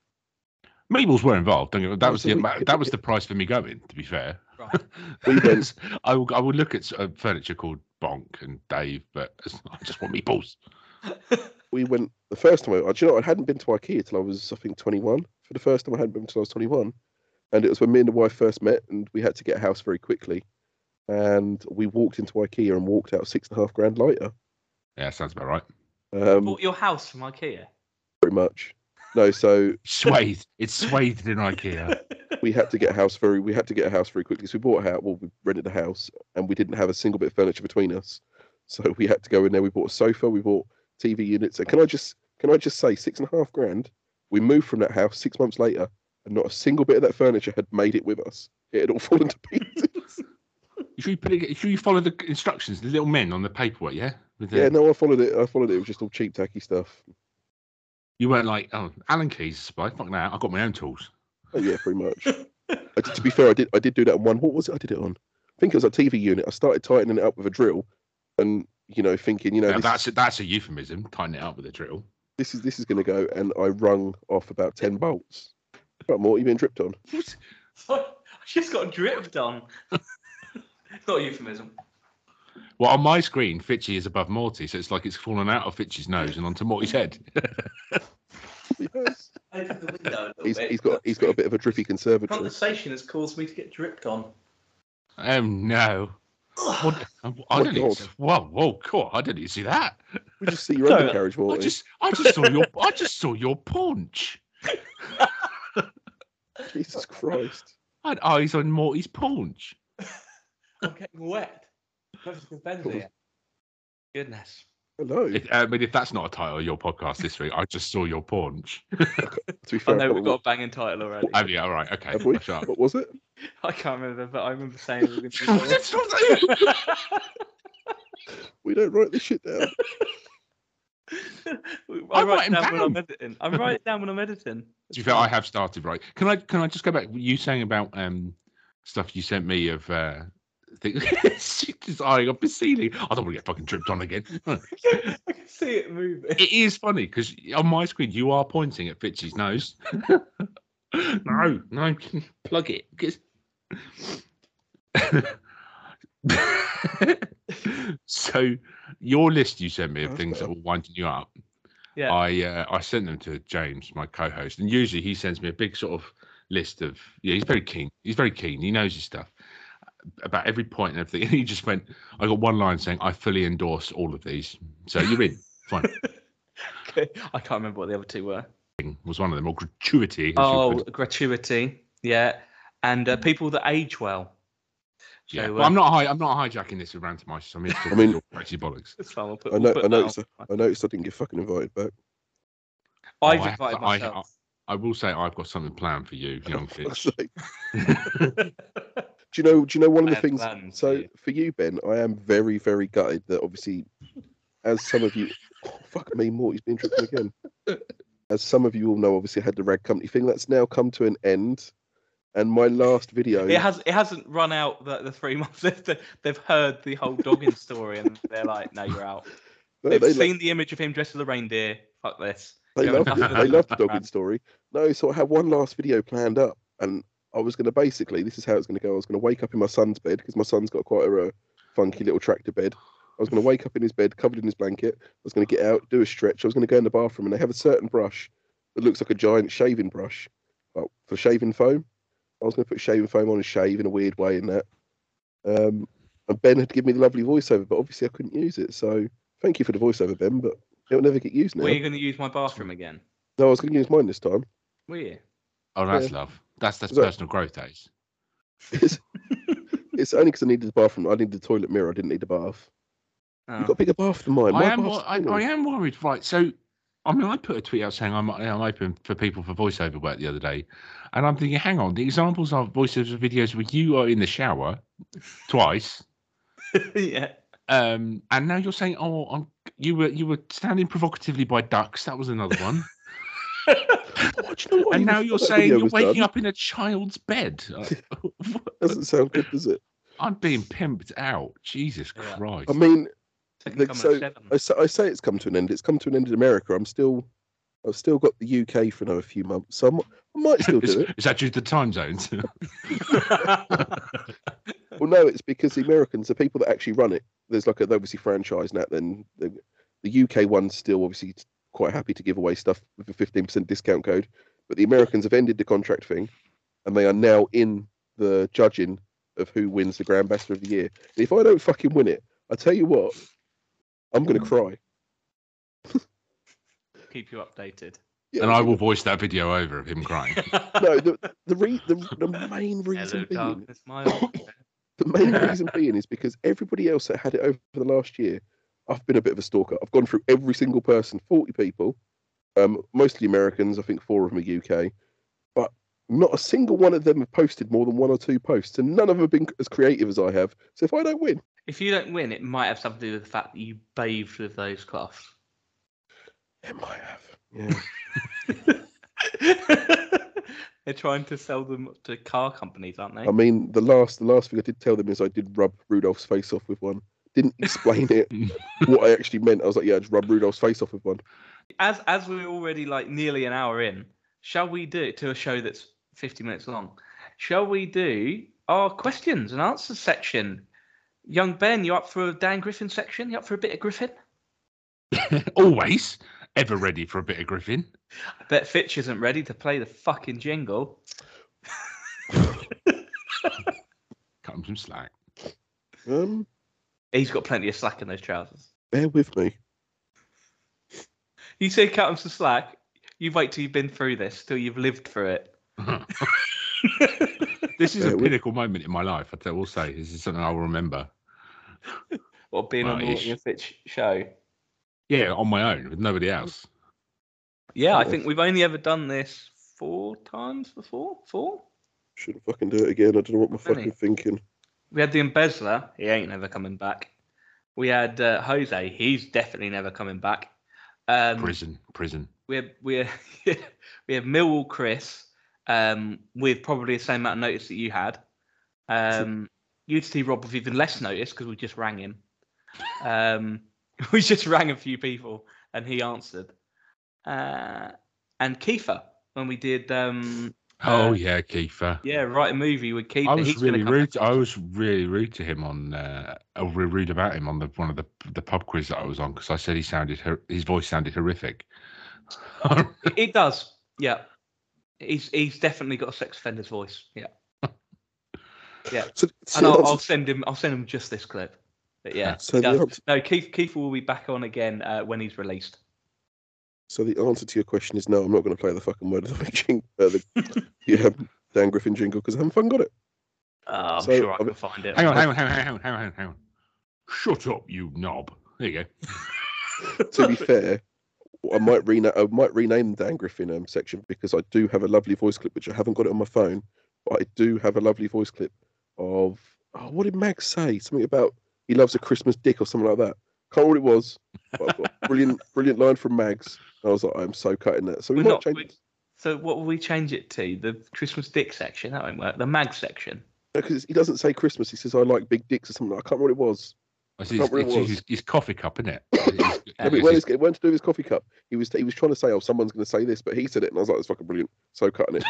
Meebles were involved. Don't get, that was the Absolutely. that was the price for me going. To be fair, Right. We went- I will I will look at s- uh, furniture called Bonk and Dave, but it's- I just want meatballs. we went the first time. I, do you know, I hadn't been to IKEA till I was, I think, 21. For the first time, I hadn't been till I was 21, and it was when me and the wife first met, and we had to get a house very quickly, and we walked into IKEA and walked out six and a half grand lighter, Yeah, sounds about right. um, Bought your house from IKEA. pretty much. No, so Swathed. it's swathed in IKEA. we had to get a house very we had to get a house very quickly. So we bought a house, well, we rented a house, and we didn't have a single bit of furniture between us. So we had to go in there. We bought a sofa, we bought TV units, and can I just can I just say six and a half grand? We moved from that house six months later, and not a single bit of that furniture had made it with us. It had all fallen to pieces. Should you put it, should you follow the instructions, the little men on the paperwork? Yeah. With the- yeah, no, I followed it. I followed it. It was just all cheap tacky stuff. You weren't like, oh, Alan Keys supply. Fuck now. I've got my own tools. Oh, yeah, pretty much. I did, to be fair, I did I did do that on one. What was it? I did it on. I think it was a TV unit. I started tightening it up with a drill, and you know, thinking, you know, Now, this- that's a, that's a euphemism. Tighten it up with a drill. this is this is going to go and i rung off about 10 bolts but more you've been dripped on I just got dripped on. Not a euphemism. Well, on my screen, Fitchy is above Morty, so it's like it's fallen out of Fitchy's nose and onto Morty's head. Yes. Open the window a little he's, bit. he's got he's got a bit of a drippy conservatory Conversation has caused me to get dripped on. Oh no! What, uh, I My didn't. God. Even, whoa, whoa, cool! I didn't even see that. we just see your No, undercarriage I Morty. just, I just saw your, I just saw your paunch. jesus christ I had eyes on Morty's paunch. I'm getting wet. That's because Ben's Cool. here. Goodness. Hello. If, I mean, if that's not a title of your podcast this week, I just saw your paunch. To be I fair, know what, we've got a banging title already. Have you? All right. Okay. Have we? Watch out. what was it? I can't remember, but I remember saying we were going to Stop saying- do We don't write this shit down. I I'm write it writing down when I'm down. editing. I'm writing it down when I'm editing. to be fair, I have started right. Can I can I just go back? You saying about um stuff you sent me of uh things she's eyeing up his ceiling. I don't want to get fucking tripped on again. I can see it moving. it is funny because on my screen you are pointing at Fitch's nose. no, no, plug it. Just- so your list you sent me of That's things that better. were winding you up. Yeah. I uh, I sent them to James, my co-host, and usually he sends me a big sort of list of yeah. He's very keen. He's very keen. He knows his stuff about every point and everything. And he just went. I got one line saying, "I fully endorse all of these." So you're in. Fine. Okay. I can't remember what the other two were. was one of them, or gratuity. as you Oh, put it. gratuity. Yeah. And uh, people that age well. yeah. so, uh, Well, I'm not. Hi- I'm not hijacking this with randomisers. I'm here to talk I mean- about your crazy bollocks. That's fine. We'll put, I know- we'll put I know that it's on. I noticed I didn't get fucking invited back. I've Oh, I- invited I- myself. I will say I've got something planned for you, young Fuck's Fitch. sake. Do you know? Do you know one of I the had things? plans, So yeah. for you, Ben, I am very, very gutted that obviously, as some of you, oh, fuck me, Morty's been tripping again. As some of you all know, obviously, I had the rag company thing that's now come to an end, and my last video. It has. It hasn't run out the, the three months. They've, they've heard the whole dogging story and they're like, "No, you're out." No, They've they, seen the image of him dressed as a reindeer. Fuck this. lo- they Yeah, love nothing it. about They love the that. dogging story. No, so I had one last video planned up, and I was going to basically, this is how it's going to go. I was going to wake up in my son's bed because my son's got quite a uh, funky little tractor bed. I was going to wake up in his bed, covered in his blanket. I was going to get out, do a stretch. I was going to go in the bathroom, and they have a certain brush that looks like a giant shaving brush, but for shaving foam. I was going to put shaving foam on and shave in a weird way and that. Um, and Ben had given me the lovely voiceover, but obviously I couldn't use it. So thank you for the voiceover, Ben, but it'll never get used now. Were you going to use my bathroom again? No, I was going to use mine this time. Were you? Oh, that's Yeah. love. That's that's So- personal growth days. It's, it's only because I needed the bathroom. I needed the toilet mirror. I didn't need a bath. Oh. You've got a bigger bath than mine. I My am. bath's wor- I, tiny. I am worried. Right. So, I mean, I put a tweet out saying I'm I'm open for people for voiceover work the other day, and I'm thinking, hang on, the examples of voiceover videos where you are in the shower twice. yeah. Um, and now you're saying, oh, I'm, you were you were standing provocatively by ducks. That was another one. Oh, do you know what? and Even now before you're that saying video you're was waking done, up in a child's bed. Uh, Doesn't sound good, does it? I'm being pimped out. Jesus Yeah. Christ. I mean, Second Like, coming of so, seven. I say, I say it's come to an end. It's come to an end in America. I'm still, I've still got the UK for another few months. So I'm, I might still is, do it. is that due to the time zones? Well, no, it's because the Americans, the people that actually run it, there's like a they obviously franchise and that. Then the, the UK one's still obviously quite happy to give away stuff with a 15% discount code, but the Americans have ended the contract thing, and they are now in the judging of who wins the Grand Master of the Year. And if I don't fucking win it, I tell you what, I'm gonna cry. Keep you updated. Yeah, and I will voice that video over of him crying. No, the the, re- the the main reason Hello, being darkness, my old friend. the main reason being is because everybody else that had it over for the last year, I've been a bit of a stalker. I've gone through every single person, 40 people, um, mostly Americans, I think four of them are UK, but not a single one of them have posted more than one or two posts, and none of them have been as creative as I have. So if I don't win, If you don't win, it might have something to do with the fact that you bathed with those cloths. it might have. Yeah. They're trying to sell them to car companies, aren't they? I mean, the last the last thing I did tell them is I did rub Rudolph's face off with one. Didn't explain it, what I actually meant. I was like, yeah, I just rub Rudolph's face off with one. as as we're already like nearly an hour in, shall we do to a show that's fifty minutes long? Shall we do our questions and answers section? Young Ben, you up for a Dan Griffin section? You up for a bit of Griffin? Always ever ready for a bit of Griffin. I bet Fitch isn't ready to play the fucking jingle. Cut him some slack. Um, He's got plenty of slack in those trousers. bear with me. You say cut him some slack. You wait till you've been through this, till you've lived through it. This is Yeah, a we- pinnacle moment in my life. I will say this is something I will remember. Or being on the Right. Morty and Fitch show. Yeah, on my own with nobody else. Yeah, I Yeah. think we've only ever done this four times before. Four? Shouldn't fucking do it again. I don't know what my Funny. fucking thinking. We had the embezzler. He ain't never coming back. We had uh, Jose. He's definitely never coming back. Um, Prison, prison. we had we had, we had Millwall Chris um, with probably the same amount of notice that you had. Um, UTT Rob with even less notice because we just rang him. Um, we just rang a few people and he answered. Uh, and Kiefer when we did um, Oh Uh, yeah, Kiefer. yeah write a movie with Kiefer. I was He's gonna really come rude. I was really rude to him on. Uh, I was really rude about him on the one of the the pub quiz that I was on because I said he sounded hor- his voice sounded horrific. It does. Yeah. He's he's definitely got a sex offender's voice. Yeah. So, so And I'll, that's- I'll send him I'll send him just this clip. But yeah. So it the, does. answer, No, Keith Keith will be back on again uh, when he's released. so the answer to your question is no. I'm not going to play the fucking word of the week jingle, uh, the, yeah, Dan Griffin jingle because I haven't fucking got it. Oh, I'm So, uh, sure I I'll can be- find it. hang on, hang on, hang on, hang on, hang on, hang on. Shut up, you knob. There you go. To be fair, I might rename I might rename the Dan Griffin um, section because I do have a lovely voice clip which I haven't got it on my phone, but I do have a lovely voice clip of oh, what did Mag say? Something about he loves a Christmas dick or something like that. Can't remember what it was. But I've got a brilliant, brilliant line from Mags. I was like, I'm so cutting that. So we We're might not- change. we- it. So what will we change it to? The Christmas dick section? That won't work. The mag section. because he doesn't say Christmas. He says I like big dicks or something. I can't remember what it was. It's, Not it's, what it it's, was. his- his coffee cup, isn't it? It's- No, but it's it weren't his- his- it weren't to do with his coffee cup. He was he was trying to say, oh, someone's going to say this, but he said it, and I was like, that's fucking brilliant. So cutting it.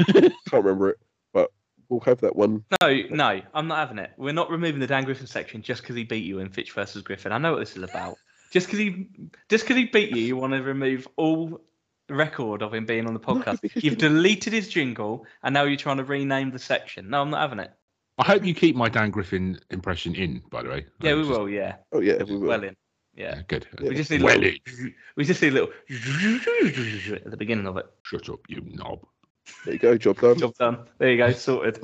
can't remember it, but we'll have that one. No, no, I'm not having it. We're not removing the Dan Griffin section just because he beat you in Fitch versus Griffin. I know what this is about. Just because he, just because he beat you, you want to remove all record of him being on the podcast. because You've you- deleted his jingle, and now you're trying to rename the section. No, I'm not having it. I hope you keep my Dan Griffin impression in. By the way. Yeah, we Just- will. Yeah, Oh yeah, we will. well in. Yeah, yeah, good. we just need a Well little, in. we just need a little at the beginning of it. Shut up, you knob. There you go, job done. Job done. There you go, sorted.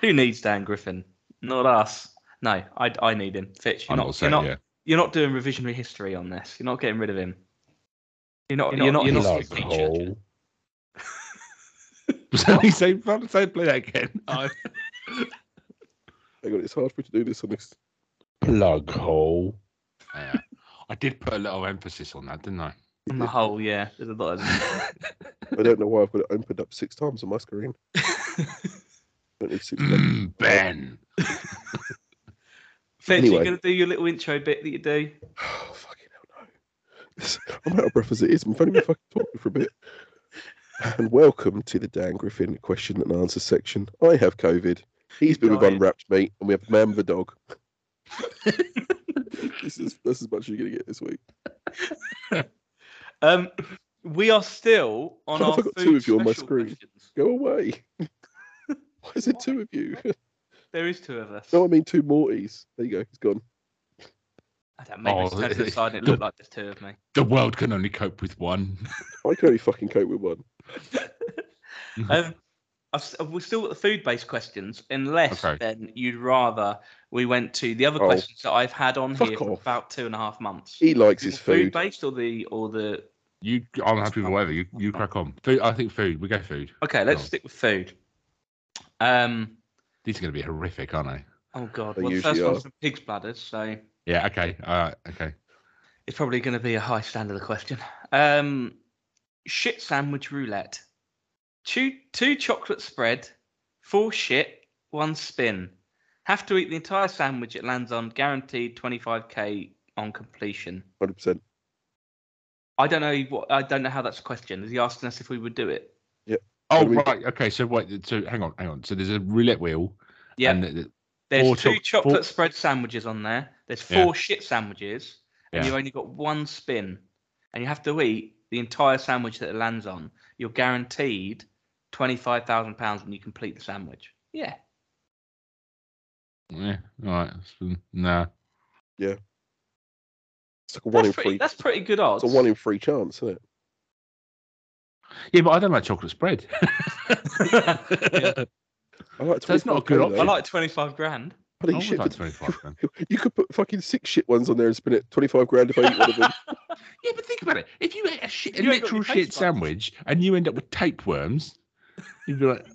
Who needs Dan Griffin? Not us. No, I, I need him. Fitch, you're I'm not, not you're saying not, yeah. you're not doing revisionary history on this. You're not getting rid of him. You're not. You're You're not. You're not. like teacher. hole. Say, say, say, play that again. Oh, I- Hang on, it's hard for me to do this on this. Plug hole. Yeah. I did put a little emphasis on that, didn't I? on the whole, yeah. There's a lot of. I don't know why I've got it opened up six times on my screen. Don't need six times. Mm, ben. Fitch, Anyway. you gonna do your little intro bit that you do? Oh, fucking hell no. I'm out of breath as it is. I'm only been fucking talking for a bit. And welcome to the Dan Griffin question and answer section. I have COVID. He's been with Died. Unwrapped Mate, and we have Man with a Dog. this is that's as much as you're gonna get this week. Um, we are still on I've our got food two of you on my special screen. questions. Go away. Why is it two of you? There is two of us. no, I mean two Mortys. There you go. He's gone. I don't maybe Oh, it's turned to the side and it the- looked like there's two of me. The world can only cope with one. I can only fucking cope with one. Um, I've, s- we've still got the food-based questions, unless Okay. then you'd rather we went to the other Oh. questions that I've had on Fuck here for off. about two and a half months. He likes his The food. food-based or the or the You, I'm happy with whatever. You, you crack on. Food. I think food. We go food. Okay, let's Oh. stick with food. Um. These are going to be horrific, aren't they? Oh God. They Well, the usually first are. one's the pig's bladders, so Yeah. Okay. Uh, okay. it's probably going to be a high standard of question. Um, shit sandwich roulette. Two two chocolate spread, four shit, one spin. Have to eat the entire sandwich. It lands on guaranteed 25k on completion. Hundred percent. I don't know what. I don't know how that's a question. Is he asking us if we would do it? Oh Can we- right. Okay. So wait. So hang on. Hang on. So there's a roulette wheel. Yeah. and the- the- There's Four two choc- chocolate four- spread sandwiches on there. There's Yeah. four shit sandwiches, and Yeah. you've only got one spin, and you have to eat the entire sandwich that it lands on. You're guaranteed twenty five thousand pounds when you complete the sandwich. Yeah, Yeah. All right. So, nah. It's like a one that's in pretty. three. That's pretty good odds. It's a one in three chance, isn't it? Yeah, but I don't like chocolate spread. Yeah. I like That's not a 25K good though. I like twenty five grand. Bloody I would shit. like 25 grand. You could put fucking six shit ones on there and spin it. 25 grand if I eat one of them. Yeah, but think about it. If you ate a, shit, a You ain't got literal your taste shit buds. sandwich and you end up with tapeworms, you'd be like,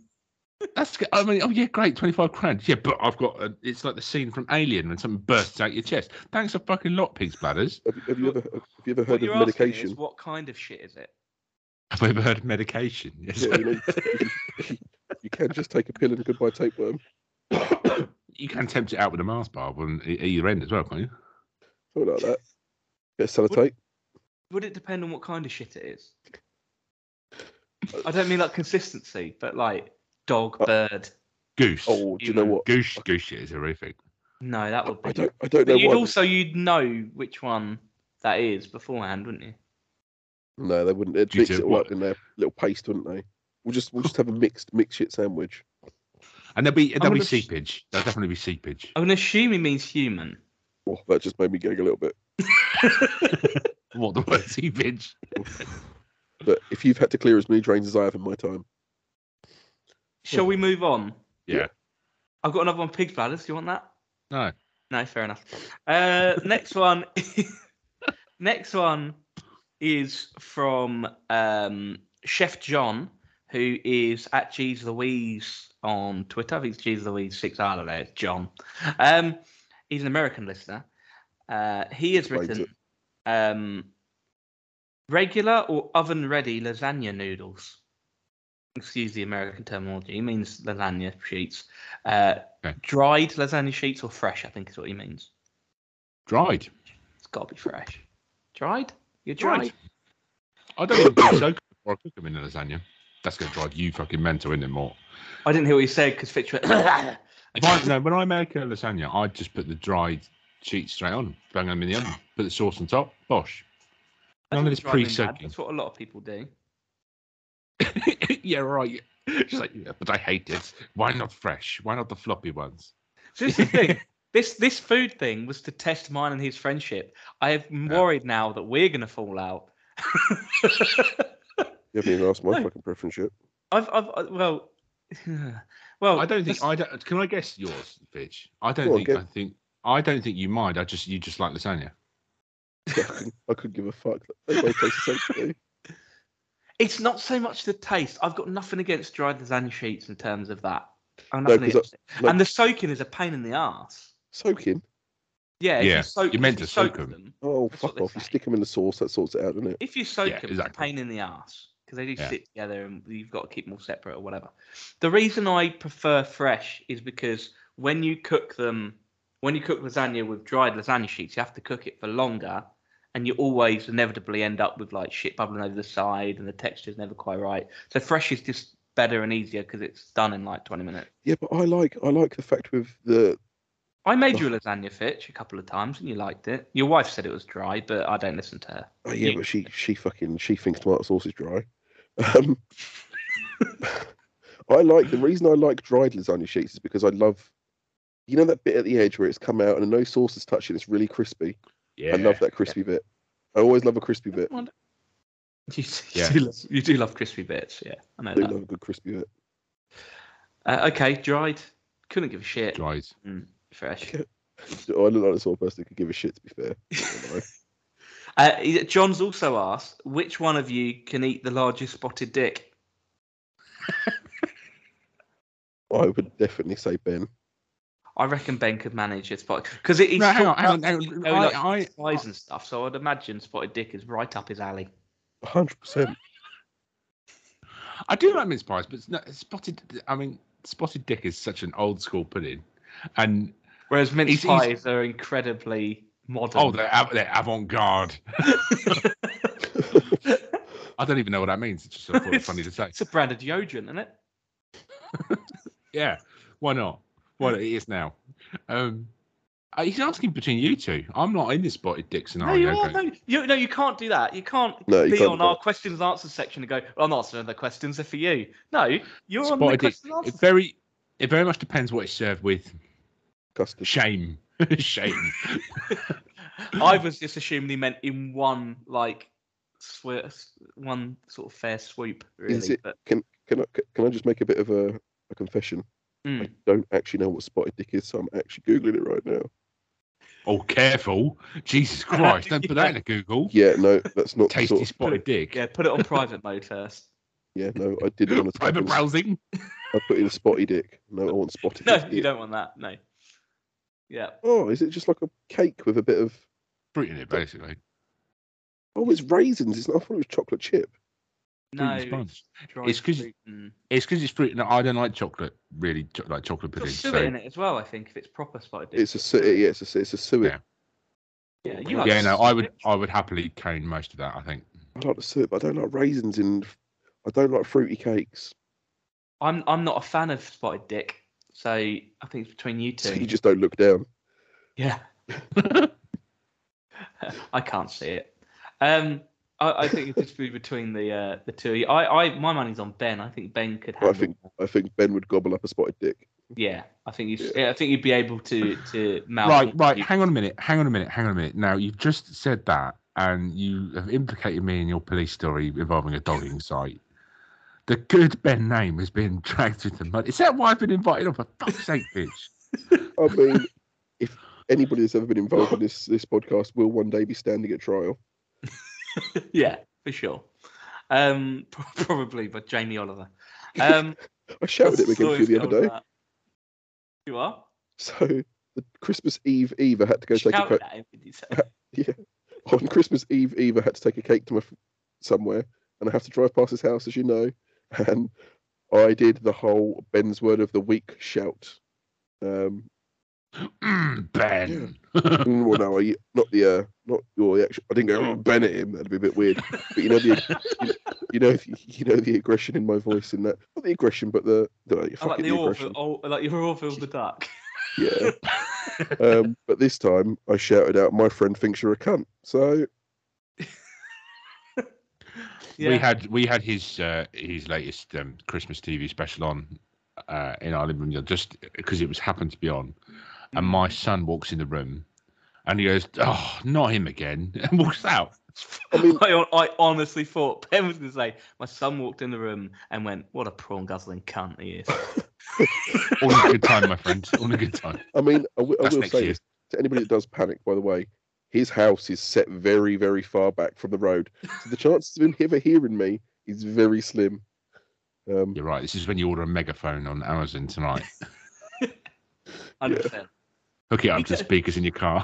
that's, g- I mean, oh yeah, great, 25 grand. Yeah, but I've got, a, it's like the scene from Alien when something bursts out your chest. Thanks a fucking lot, pig's bladders. Have, you- have you ever have you ever What heard you're of asking is, medication? what kind of shit is it? Have we ever heard of medication? Yes. Yeah, you, know, you can- you can just take a pill and goodbye tapeworm. you can tempt it out with a Mars bar on e- either end as well, can't you? Something like that. Bit of sellotape. Would it depend on what kind of shit it is? I don't mean like consistency, but like dog, Uh, bird. Goose. Oh, do you know what? Goose, goose shit is horrific. No, that would be. I don't I don't know but you'd what. also you'd know which one that is beforehand, wouldn't you? No, they wouldn't. They'd Due mix to it all what- up in their little paste, wouldn't they? We'll just we'll just have a mixed mixed shit sandwich. And there'll be, there'll be gonna sh- seepage. There'll definitely be seepage. I'm gonna assume he means human. Oh, that just made me gag a little bit. What the word seepage? But if you've had to clear as many drains as I have in my time, Shall we move on? Yeah. I've got another one. Pig bladders. You want that? No. No, fair enough. Uh, next one. next one is from um, Chef John, who is at G's Louise on Twitter. I think it's G's Louise six. I don't know. It's John. Um, he's an American listener. Uh, he has Explains written um, regular or oven ready lasagna noodles. Excuse the American terminology. He means lasagna sheets. Uh, Okay. Dried lasagna sheets or fresh, I think is what he means. Dried. It's got to be fresh. Dried? You're dried. Dried. I don't even think so. Or I cook them in a lasagna. That's going to drive you fucking mental, isn't it, more? I didn't hear what you said because Fitch went. If I, no, when I make a lasagna, I just put the dried sheets straight on, bang them in the oven, put the sauce on top, bosh. None of this Dried in bad. pre-soaking. That's what a lot of people do. yeah, right. She's like, yeah, but I hate it. Why not fresh? Why not the floppy ones? So this is the thing. This this food thing was to test mine and his friendship. I am Yeah. worried now that we're gonna fall out. you haven't even asked my No. fucking preference yet. I've I've I- well, well. I don't think Oh, that's- I don't. Can I guess yours, Fitch? I don't Go on, think go. I think I don't think you mind. I just you just like lasagna. I couldn't give a fuck. They both taste the same to me. it's not so much the taste. I've got nothing against dried lasagna sheets in terms of that. I'm No, nothing 'cause I- against it. no. And the soaking is a pain in the ass. Soaking. Yeah, if Yeah, you soak, you're if meant you to soak 'em. Oh, That's what fuck they off. You say. stick them in the sauce, that sorts it out, doesn't it? If you soak Yeah, them, it's a exactly. pain in the ass because they do Yeah. sit together and you've got to keep them all separate or whatever. The reason I prefer fresh is because when you cook them, when you cook lasagna with dried lasagna sheets, you have to cook it for longer and you always inevitably end up with like shit bubbling over the side and the texture's never quite right. So fresh is just better and easier because it's done in like 20 minutes. Yeah, but I like I like the fact with the I made you a lasagna, Fitch, a couple of times and you liked it. Your wife said it was dry, but I don't listen to her. oh yeah, You- but she she fucking she thinks tomato sauce is dry. Um, I like the reason I like dried lasagna sheets is because I love you know that bit at the edge where it's come out and no sauce is touching, it's really crispy. Yeah, I love that crispy bit. I always love a crispy bit. I You, Yeah. do love, you do love crispy bits, yeah. I know do that. love a good crispy bit. Uh, okay, dried. Couldn't give a shit. dried. Fresh. I look like the sort of person who could give a shit to be fair. I don't know. Uh, he- John's also asked, which one of you can eat the largest spotted dick? I would definitely say Ben. I reckon Ben could manage a spot because it, he's No, hang on, talked hang about on, hang on. going up I- to size and stuff. So I'd imagine spotted dick is right up his alley. hundred percent. I do like mince pies, but it's not, spotted. I mean, spotted dick is such an old school pudding, and Whereas mince He's- pies he's- are incredibly modern. oh, they're, av- they're avant garde. I don't even know what that means. It's just sort of funny to say. it's a brand of deodorant, isn't it? Yeah, why not? Well, it is now. Um, uh, he's asking between you two. I'm not in this spotted dick No, scenario. you are. going- No, you, no, you can't do that. You can't No, you be can't on do our that. questions and answers section and go, well, I'm not answering the questions, they're for you. No, you're on the Spotted dick. questions and answers It very, it very much depends what it's served with. Custard. Shame, shame. I was just assuming he meant in one like swear, one sort of fair swoop, really. it- But Can I can I just make a bit of a, a confession? Mm. I don't actually know what spotted dick is, so I'm actually googling it right now. Oh, careful. Jesus Christ. Don't put that in a Google. Yeah, no, that's not the Tasty sort of, spotted dick. Yeah, put it on private mode first. yeah, no, I didn't want to type Private in, browsing. I put in a spotty dick. No, I want spotted No, dick. you don't want that. No. Yeah. Oh, is it just like a cake with a bit of Fruit in it, basically. Oh, it's raisins. It's not, I thought it was chocolate chip. No. Fruit hmm. and sponge. dried It's 'cause- fruit and- It's because it's fruit and I don't like chocolate, really, cho- like chocolate It's got pudding. suet so- in it as well. I think if it's proper spotted dick. It's a su- yeah, it's a su- it's a suet. Yeah. Yeah, you like Yeah, no, suet. I would, I would happily cane most of that. I think. I like the suet, but I don't like raisins in. I don't like fruity cakes. I'm I'm not a fan of spotted dick, so I think it's between you two. So you just don't look down. Yeah. I can't see it. Um, I, I think it'd just be between the uh, the two. of you. I, I my money's on Ben. I think Ben could Well, I handle. think I think Ben would gobble up a spotted dick. Yeah, I think you. Yeah, I think you'd be able to to mouth. right, right. Hang on a minute. Hang on a minute. Hang on a minute. Now you've just said that, and you have implicated me in your police story involving a dogging site. The good Ben name has been dragged through the mud. Is that why I've been invited on? For fuck's sake, bitch. I mean, if anybody that's ever been involved in this this podcast will one day be standing at trial. Yeah, for sure. Um, pro- probably, but Jamie Oliver. Um, I shouted at him story's against you the cold other day. with that. You are. So the Christmas Eve Eve I had to go take a Shouted cake. at him, did you say? On Christmas Eve Eve I had to take a cake to my f- somewhere, and I have to drive past his house, as you know. And I did the whole Ben's word of the week shout. Um, Mm, ben. Mm, well, no, I, not the uh, not your the actual. I didn't go oh, Ben at him. That'd be a bit weird. But you know the you know the- you know the aggression in my voice in that not the aggression, but the the like, I like fucking the the aggression. Orville, oh, like your Orville the Duck. Yeah. um, but this time I shouted out, "My friend thinks you're a cunt." So We Yeah. had we had his uh, his latest um, Christmas TV special on uh, in our living room just because it was happened to be on, and my son walks in the room, and he goes, "Oh, not him again," and walks out. I mean, I, I honestly thought Ben was going to say, my son walked in the room and went, what a prawn guzzling cunt he is. All in a good time, my friend. All in a good time. I mean, I wi- I That's will next say year. this to anybody that does panic. By the way, his house is set very, very far back from the road, so the chances of him ever hearing me is very slim. Um, You're right. This is when you order a megaphone on Amazon tonight. 100%. Hook it up to Yeah. speakers in your car.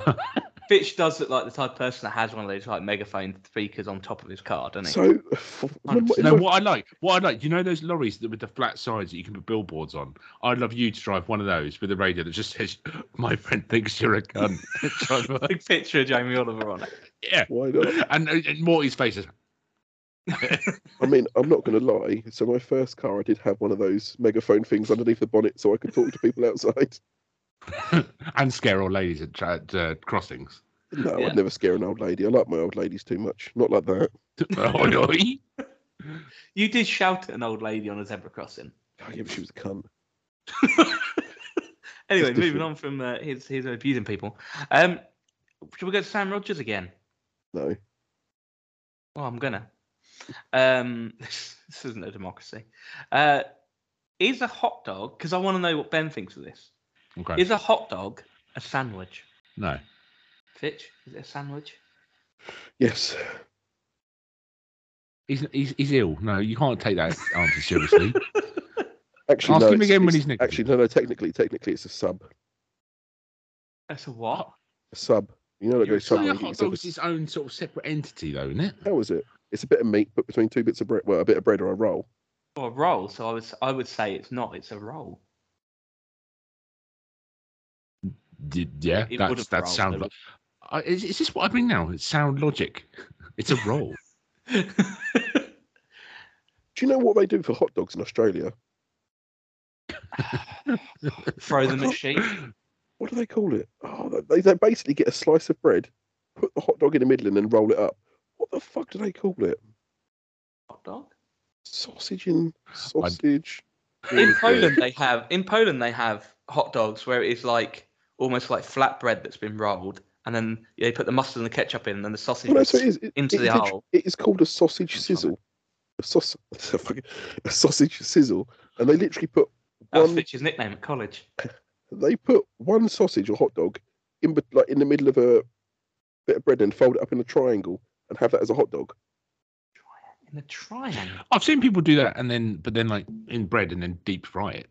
Fitch does look like the type of person that has one of those like megaphone speakers on top of his car, doesn't he? So, for, in Hundred my- in percent. no, my- what I like, what I like, you know those lorries that with the flat sides that you can put billboards on. I'd love you to drive one of those with a radio that just says, "My friend thinks you're a gun." Big picture of Jamie Oliver on it. yeah, why not? and, uh, and Morty's face is I mean, I'm not going to lie. So, my first car, I did have one of those megaphone things underneath the bonnet, so I could talk to people outside. and scare all ladies at, tra- at uh, crossings. No, Yeah. I'd never scare an old lady. I like my old ladies too much. Not like that. Oi, oi. You did shout at an old lady on a zebra crossing. Oh, yeah, but she was a cunt. Anyway, It's moving different. on from uh, his, his abusing people. Um, should we go to Sam Rogers again? No, Well, I'm gonna. Um, this isn't a democracy. Uh, is a hot dog? Because I want to know what Ben thinks of this. okay. Is a hot dog a sandwich? no, Fitch, is it a sandwich? yes, he's, he's he's ill. No, you can't take that answer seriously. actually, Ask no, him it's- again when it's- he's negative. Actually, no, no. Technically, technically, it's a sub. That's a what? A sub. You know, that You're goes sub. Surely and you a hot get yourself a dog's its own sort of separate entity, though, isn't it? s- How is it? It's a bit of meat, but between two bits of bread, well, a bit of bread or a roll. Or a roll? So I would I would say it's not. It's a roll. D- yeah, It would that's have that rolled, sound. it Lo- I- is, is this what I mean now? It's sound logic. It's a roll. Do you know what they do for hot dogs in Australia? Throw them at sheep. what do they call it? Oh, they, they basically get a slice of bread, put the hot dog in the middle, and then roll it up. What the fuck do they call it? Hot dog. Sausage and sausage. In Poland they have in Poland they have hot dogs where it is like almost like flatbread that's been rolled, and then they put the mustard and the ketchup in, and the sausage. Well, no, is- so it is, it- into it the is literally- hole. It is called a sausage sizzle. A, saus- a fucking- a sausage sizzle, and they literally put That was one- Fitch's nickname at college. They put one sausage or hot dog in bet- like in the middle of a bit of bread and fold it up in a triangle and have that as a hot dog. In a triangle. I've seen people do that and then, but then like in bread and then deep fry it.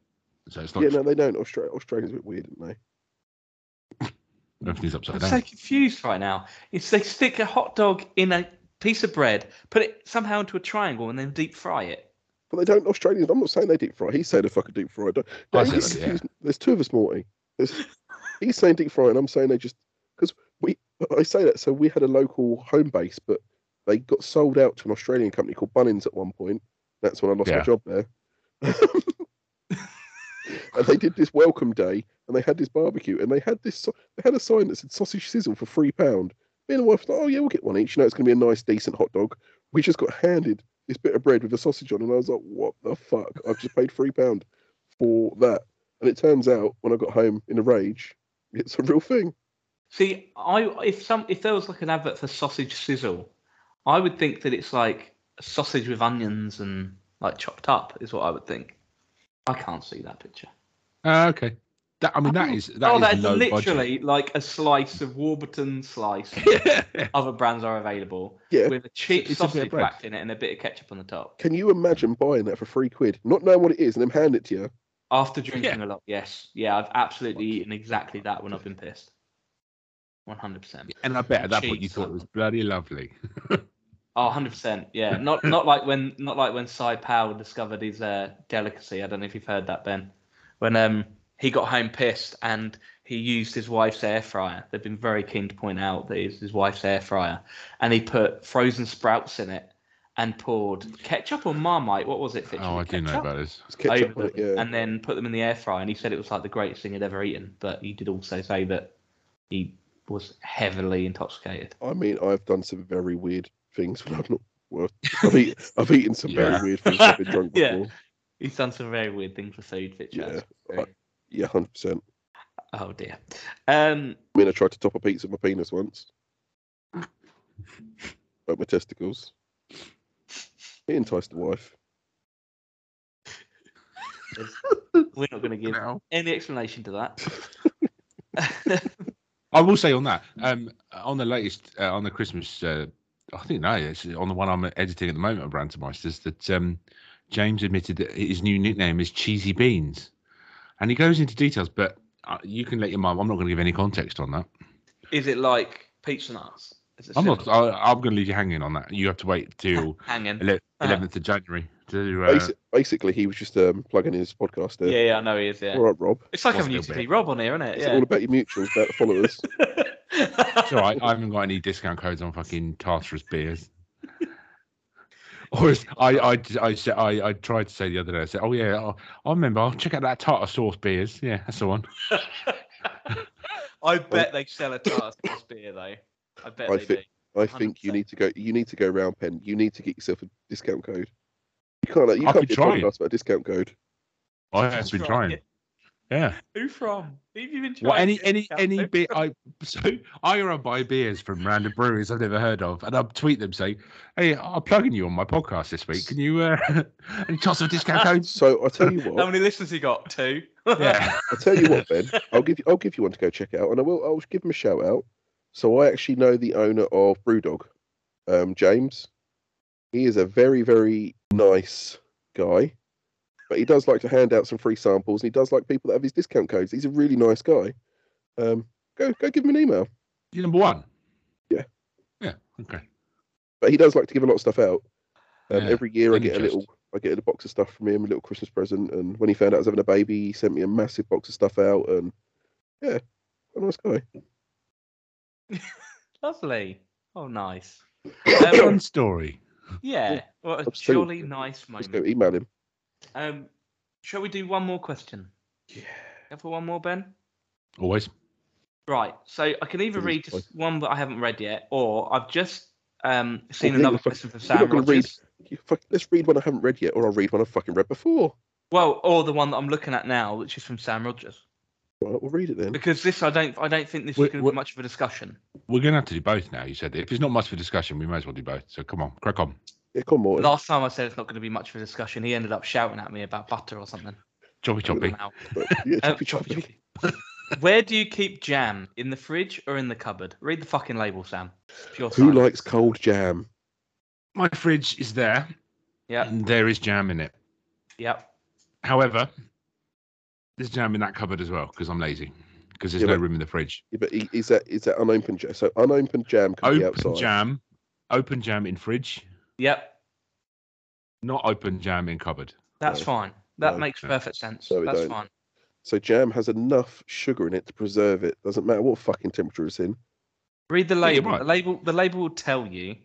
So it's like yeah, no, they don't. Austra- Australians are a bit weird, aren't they? everything's upside I'm down. so confused right now. It's they stick a hot dog in a piece of bread, put it somehow into a triangle, and then deep fry it. But they don't. Australians. I'm not saying they deep fry. He's saying they fucking deep fry. Don't, I don't said get that, yeah. confused. There's two of us, Morty. There's, he's saying deep fry, and I'm saying they just because we. I say that so we had a local home base, but they got sold out to an Australian company called Bunnings at one point. That's when I lost my Yeah. job there. and they did this welcome day, and they had this barbecue, and they had this. sau- They had a sign that said sausage sizzle for three pound. Me and the wife was like, oh yeah, we'll get one each. You know, it's going to be a nice, decent hot dog. We just got handed this bit of bread with a sausage on, and I was like, what the fuck? I've just paid three pound for that. And it turns out when I got home in a rage, it's a real thing. See, I if some if there was like an advert for sausage sizzle, I would think that it's like sausage with onions and like chopped up is what I would think. I can't see that picture. Ah, okay. That, I mean, that is that oh, is that's low literally like a slice of Warburton slice. budget. Other brands are available Yeah. with a cheap It's a bit of sausage bread. wrapped in it and a bit of ketchup on the top. Can you imagine buying that for three quid, not knowing what it is, and them hand it to you? After drinking a lot, yes, yeah, I've absolutely eaten exactly that when I've been pissed. One hundred percent. and I bet at that point you Cheese. thought it was bloody lovely. Oh, 100 percent. Yeah, not not like when not like when Cy Powell discovered his uh, delicacy. I don't know if you've heard that, Ben. When um he got home pissed and he used his wife's air fryer. They've been very keen to point out that it's his wife's air fryer, and he put frozen sprouts in it and poured ketchup or Marmite. What was it? Fitch? Oh, I Was it do know ketchup? about this. It's ketchup Over on it, them yeah. And then put them in the air fryer, and he said it was like the greatest thing he'd ever eaten. But he did also say that he was heavily intoxicated. I mean, I've done some very weird things when I've not. Well, I've, eat, I've eaten some Yeah. very weird things. when I've been drunk Yeah. before. He's done some very weird things for food, Fitch. Yeah, has. I- Yeah, hundred percent. Oh dear. Um, I mean, I tried to top a pizza with my penis once. Like my testicles. It enticed the wife. we're not going to give any explanation to that. I will say on that, um, on the latest, uh, on the Christmas, uh, I think no, it's on the one I'm editing at the moment of Rantomeisters, that um, James admitted that his new nickname is Cheesy Beans, and he goes into details, but uh, you can let your mum. I'm not going to give any context on that. Is it like pizza nuts? Is it I'm similar? not. I, I'm going to leave you hanging on that. You have to wait till hanging. ele- 11th of January to. Uh, Basi- basically, he was just um, plugging his podcast there. Yeah, yeah, I know he is. Yeah, All right, Rob. it's like having Well, still UTP Rob on here, isn't it? It's Yeah. all about your mutuals, about the followers. It's all right. I haven't got any discount codes on fucking Tartarus beers. Or is, I, I, I, said- I, I tried to say the other day, I said, oh, yeah, I'll- I remember. I'll check out that tartar sauce beers. Yeah, that's the one. I bet they sell a tartar sauce beer though. I bet I they think- I think you 100%. need to go. You need to go round pen. You need to get yourself a discount code. You can't. You I can't could be a try it. podcast about a discount code. I have been Try trying. it. Yeah. do. Who from? Who have you been Well, trying any, to get any, out any there? beer. I, so I go and buy beers from random breweries I've never heard of, and I'll tweet them saying, hey, I'm plugging you on my podcast this week. Can you, uh, and toss a discount code? So I tell you How what. many listeners you got? Two. Yeah. I tell you what, Ben. I'll give you. I'll give you one to go check out, and I will. I'll give him a shout out. So I actually know the owner of Brewdog, um, James. He is a very, very nice guy, but he does like to hand out some free samples, and he does like people that have his discount codes. He's a really nice guy. Um, go, go, give him an email. You're number one. Yeah. Yeah. Okay. but he does like to give a lot of stuff out. Um, Yeah, every year I and get a just- little, I get a box of stuff from him, a little Christmas present. And when he found out I was having a baby, he sent me a massive box of stuff out. And yeah, a nice guy. Lovely. Oh, nice. One Um, story. yeah. What a I'm still- jolly nice Just go moment. email him. Um, shall we do one more question? Yeah. Have we one more, Ben? Always. Right. So I can either Please, read please. just one that I haven't read yet, or I've just um, seen leave another it for- question from you're not Sam gonna Rogers. read- You fuck, let's read one I haven't read yet, or I'll read one I fucking read before. Well, or the one that I'm looking at now, which is from Sam Rogers, All right, we'll read it then. because this I don't I don't think this Wait, is going to what- be much of a discussion. We're going to have to do both now. You said if it's not much for discussion, we may as well do both. So come on, crack on. Yeah, come on. Last time I said it's not going to be much of a discussion, he ended up shouting at me about butter or something. Choppy choppy. I'm out. Yeah, Uh, choppy, choppy, choppy. Where do you keep jam? In the fridge or in the cupboard? Read the fucking label, Sam. It's Pure Who science. likes cold jam? My fridge is there, Yep, and there is jam in it. yep. However, there's jam in that cupboard as well because I'm lazy. Because there's Yeah, no but- room in the fridge. Yeah, but i- is that is that unopened jam? So unopened jam could be Open outside. jam, open jam in fridge, Yep, not open jam in cupboard. that's No. fine. That No. makes perfect sense. No, we that's don't. fine. So jam has enough sugar in it to preserve it. Doesn't matter what fucking temperature it's in. Read the Yeah, you're label. right. The label the label will tell you.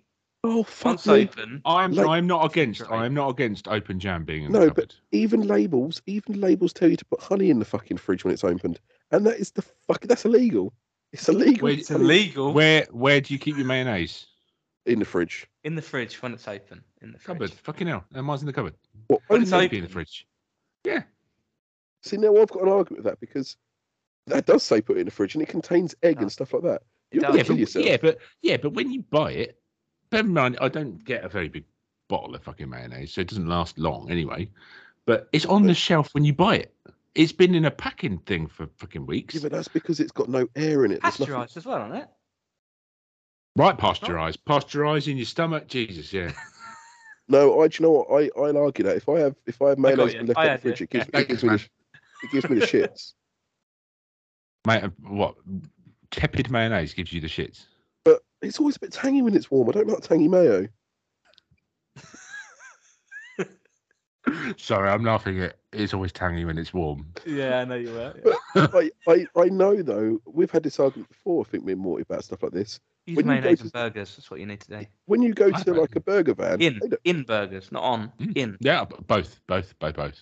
Oh fuck Once me. open, I'm Like- I'm not against Right. I'm not against open jam being in No, the but- cupboard. Even labels, even labels tell you to put honey in the fucking fridge when it's opened, and that is the fuck. That's illegal. It's illegal. Wait, to it's put honey illegal Where where do you keep your mayonnaise? in the fridge. in the fridge when it's open. In the fridge. Cupboard. Fucking hell. No, mine's in the cupboard. What? Why But does it's it need to open. be in the fridge? See, now I've got an argument with that because that does say put it in the fridge, and it contains egg No. and stuff like that. Ah. It You're does. gonna yeah, kill but, yourself. yeah, but yeah, but when you buy it, bear in mind I don't get a very big bottle of fucking mayonnaise, so it doesn't last long anyway. But it's on the shelf when you buy it. It's been in a packing thing for fucking weeks. Yeah, but that's because it's got no air in it. There's nothing- Pasteurized as well, isn't it? Right, pasteurized, pasteurized in your stomach. Jesus, yeah. No, I do you know what I I'll argue that if I have if I have got mayonnaise you. and left I out the had fridge, you. it gives, Yeah, it gives me the, thanks, it gives me the shits. Mate, uh, what tepid mayonnaise gives you the shits? But it's always a bit tangy when it's warm. I don't like tangy mayo. Sorry, I'm laughing at. It's always tangy when it's warm. Yeah, I know you were. yeah. I, I I know though. We've had this argument before. I think me and Morty about stuff like this. Use When you go mayonnaise to- and burgers. That's what you need to do. When you go I to don't. like a burger van, In they don't, in burgers, not on. Mm. In. Yeah, b- both, both, both, both.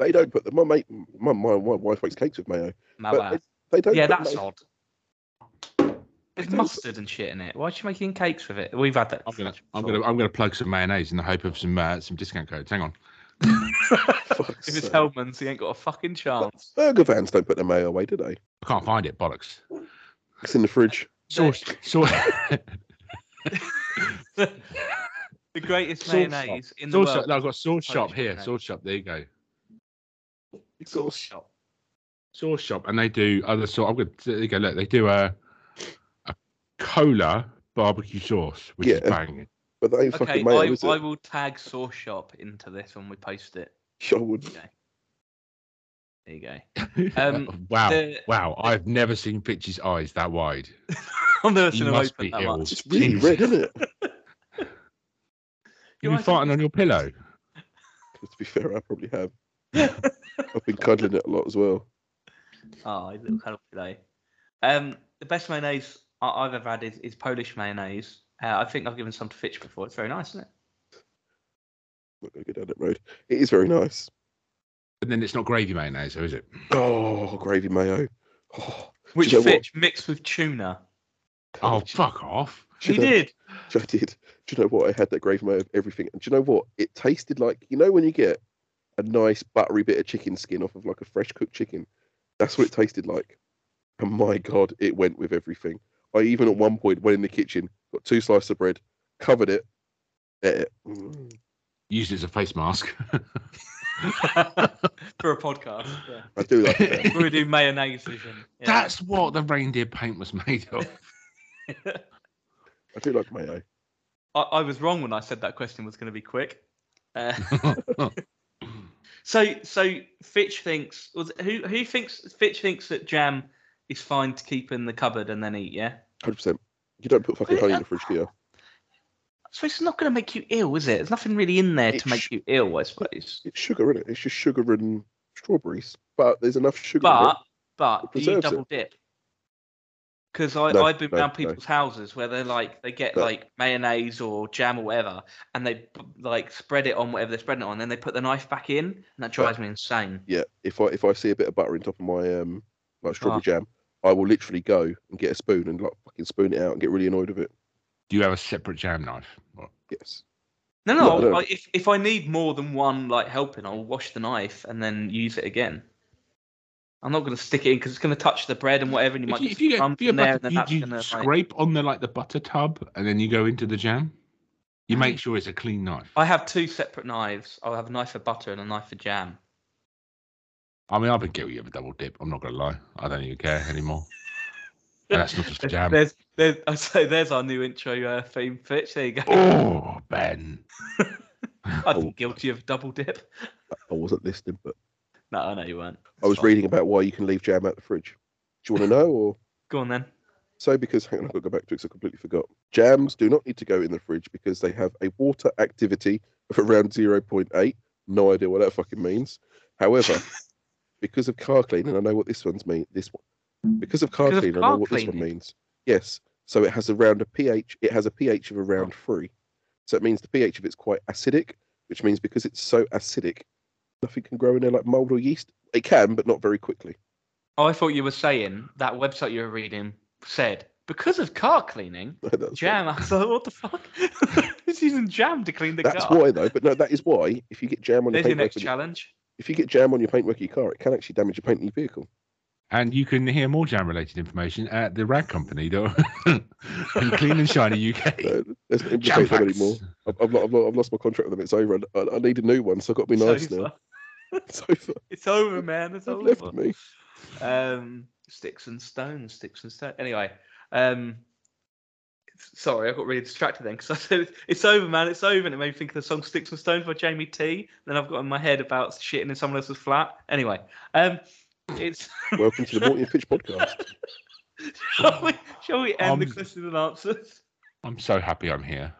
they don't put the my mate my my, my wife makes cakes with mayo, My but bad. they, they don't. Yeah, put that's mayo- odd. There's don't- mustard and shit in it. Why should you making cakes with it? We've had that. I'm gonna, discussion I'm before. gonna, I'm gonna plug some mayonnaise in the hope of some uh, some discount codes. Hang on. fuck's If it's sake. Hellman's, he ain't got a fucking chance. Burger vans don't put the mayo away, do they? I can't find it. Bollocks. It's in the fridge. Sauce, sauce, the greatest Sauce shop. mayonnaise in the sauce world. shop. No, I've got sauce shop Polish here. mayonnaise. Sauce shop. There you go. It's Sauce shop. Sauce shop, and they do other sort. I've got. There you go. Look, they do a a cola barbecue sauce, which is Yeah. banging. But that ain't Okay, fucking mayo, I, is it? I will tag sauce shop into this when we post it. I wouldn't. There you go. Um, wow, the- wow! I've never seen Fitch's eyes that wide. I'm never He seen him must open be that ill. much. It's really Jesus. red, isn't it? You Your eyes are farting on your pillow? 'Cause to be fair, I probably have. I've been cuddling it a lot as well. Oh, he's a little cuddle today. Um, the best mayonnaise I- I've ever had is, is Polish mayonnaise. Uh, I think I've given some to Fitch before. It's very nice, isn't it? I'm not going to go down that road. It is very nice. And then it's not gravy mayonnaise, though, is it? Oh, gravy mayo. Oh, Which know what? Fitch mixed with tuna. Oh, do fuck off! you He know- did. do you- I did. Do you know what? I had that gravy mayo of everything. And do you know what? It tasted like, you know, when you get a nice buttery bit of chicken skin off of like a fresh cooked chicken? That's what it tasted like. And my God, it went with everything. I even at one point went in the kitchen, got two slices of bread, covered it, ate it. Mm. Used it as a face mask. For a podcast. Yeah. I do like that. Where we do mayonnaise vision. Yeah. That's what the reindeer paint was made of. I do like eh, mayo. I, I was wrong when I said that question was going to be quick. Uh, so, so Fitch thinks. Was it- who who thinks Fitch thinks that jam is fine to keep in the cupboard and then eat? Yeah. Hundred percent. You don't put fucking honey in the fridge, do you? So it's not going to make you ill, is it? There's nothing really in there It to make sh- you ill, I suppose. It's sugar, innit? It's just sugar and strawberries. But there's enough sugar. in it. But but It do you preserves it. double dip? Because I No, I've been no, around no. people's houses where they're like they get No. like mayonnaise or jam or whatever, and they p- like spread it on whatever they're spreading it on, then they put the knife back in, and that drives me insane. yeah, if I if I see a bit of butter in top of my um like strawberry Ah. jam, I will literally go and get a spoon and like fucking spoon it out and get really annoyed with it. Do you have a separate jam knife? Yes. No, no. No, no. I, if if I need more than one like helping, I'll wash the knife and then use it again. I'm not going to stick it in because it's going to touch the bread and whatever, and you If might you, get if you some get, crumbs if you get in there, and butter, then you, that's you going to. Like... scrape on the like the butter tub, and then you go into the jam. You make sure it's a clean knife. I have two separate knives. I'll have a knife for butter and a knife for jam. I mean, I've been guilty of a double dip. I'm not going to lie. I don't even care anymore. And that's not just jam. There's, there's, I say, there's our new intro uh, theme pitch. There you go. Oh, Ben. I've Oh. been guilty of double dip. I wasn't listening, but No, I know you weren't. I was It's fine. reading about why you can leave jam out the fridge. Do you want to know, or Go on then. so? Because hang on, I've got to go back to it. 'cause I completely forgot. Jams do not need to go in the fridge because they have a water activity of around zero point eight. No idea what that fucking means. However, because of car cleaning, I know what this one's mean. This one because of car Because of cleaning, I know car what this one cleaning. means. Yes, so it has around a pH. It has a pH of around three. So it means the pH of it's quite acidic, which means because it's so acidic, nothing can grow in there like mold or yeast. It can, but not very quickly. Oh, I thought you were saying that website you were reading said because of car cleaning, That's- jam. I was like, what the fuck? Who's using jam to clean the That's car? why, though. But no, that is why. If you get jam on your There's your paintwork, next of your- challenge. if you get jam on your paintwork of your car, it can actually damage your paint in your vehicle. And you can hear more jam related information at the rag company, though. in Clean and Shiny UK. So let's not Jam implicate them facts. anymore. I've, I've, lo- I've, lo- I've lost my contract with them. It's over. and I, I need a new one, so I've got to be nice It's now. over. It's over. It's over, man. It's They've over. left me. Um, sticks and stones, sticks and stones. Anyway, um, sorry, I got really distracted then because I said it's over, man, it's over, and it made me think of the song "Sticks and Stones" by Jamie T. Then I've got in my head about shitting in someone else's flat. Anyway, um, it's Welcome to the Morty and Fitch podcast. shall we, shall we end the Um, questions and answers? I'm so happy I'm here.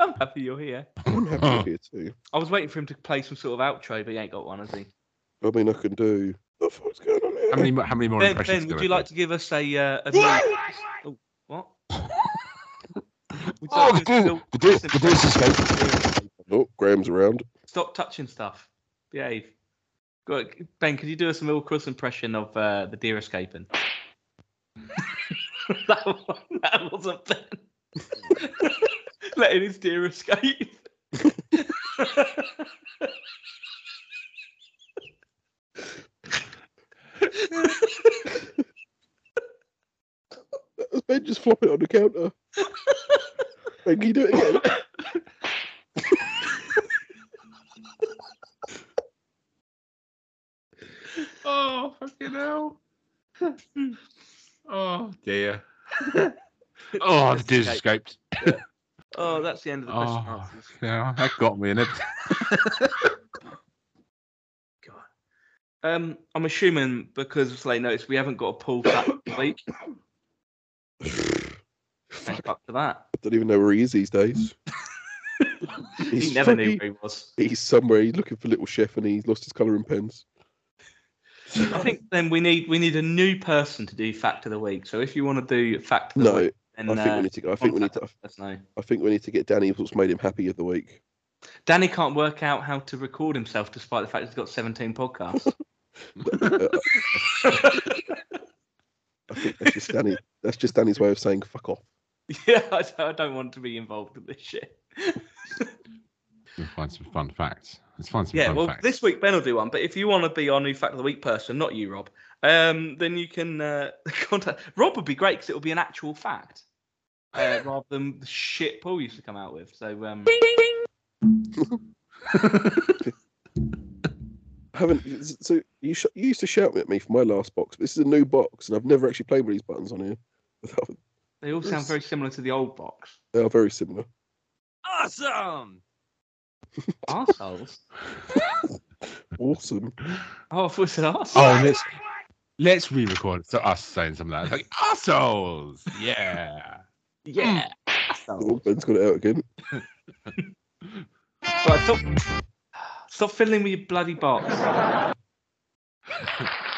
I'm happy you're here. I'm happy to be here too. I was waiting for him to play some sort of outro, but he ain't got one, has he? I mean, I can do. What the fuck's going on here? How many, mo- how many more Ben, impressions ben can would I you do? like to give us a? Uh, a oh, what? Would you Oh, like to the give us door- the a door- little- the door's Oh, Graham's around. Stop touching stuff. Behave. Go on, Ben, could you do us a Will Cross impression of uh, the deer escaping? that, one, that wasn't Ben. Letting his deer escape. That was Ben just flopping on the counter. Ben, can you do it again? Oh, fucking hell. oh, dear. oh, the deer's escaped. Oh, that's the end of the question. and Oh, answers. yeah, that got me in it. Um, I'm assuming because of late notice, we haven't got a pull for that this week. Thank fuck for that. I don't even know where he is these days. He He's never knew fucking- where he was. He's somewhere. He's looking for Little Chef, and he's lost his colouring pens. I think then we need we need a new person to do fact of the week. So if you want to do fact of the No, week, then I think uh, we need to. I think we need to. let us know. I think we need to get Danny what's made him happy of the week. Danny can't work out how to record himself despite the fact he's got 17 podcasts. uh, I think that's just Danny. That's just Danny's way of saying fuck off. yeah, I, don't- I don't want to be involved in this shit. Let's find some fun facts. Let's find some Yeah, fun well, facts. this week Ben will do one, but if you want to be our new fact of the week person, not you, Rob, um, then you can uh, contact Rob. Would be great because it'll be an actual fact uh, rather than the shit Paul used to come out with. So um, I haven't. So you sh- you used to shout at me for my last box. But this is a new box, and I've never actually played with these buttons on here. they all sound very similar to the old box. They are very similar. Um, awesome. Arseholes? Awesome. Oh, I thought it said arseholes. Oh, let's let's re-record it. So us saying some of that, like assholes. Yeah. yeah. Oh, Ben's got it out again. Right, stop, stop fiddling with your bloody box.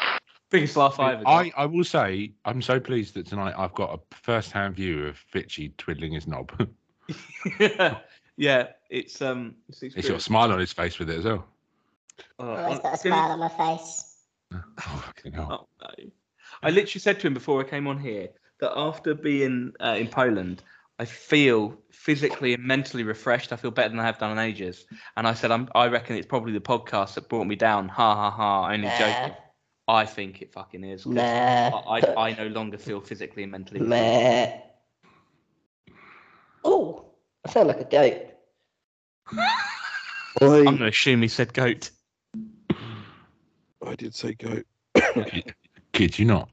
Biggest laugh I ever. got. I, I will say I'm so pleased that tonight I've got a first-hand view of Fitchy twiddling his knob. yeah, it's um. It's, the He's got a experience. smile on his face with it as well. Oh, I've always got a I didn't- smile on my face. Oh, fucking hell. oh, no. I literally said to him before I came on here that after being uh, in Poland, I feel physically and mentally refreshed. I feel better than I have done in ages. And I said, I'm, I reckon it's probably the podcast that brought me down. Ha ha ha! Only joking. Nah, I think it fucking is. 'cause nah, I, I, I no longer feel physically and mentally. refreshed. nah. Oh, I sound like a goat. I I'm going to assume he said goat. I I did say goat. Kid you not.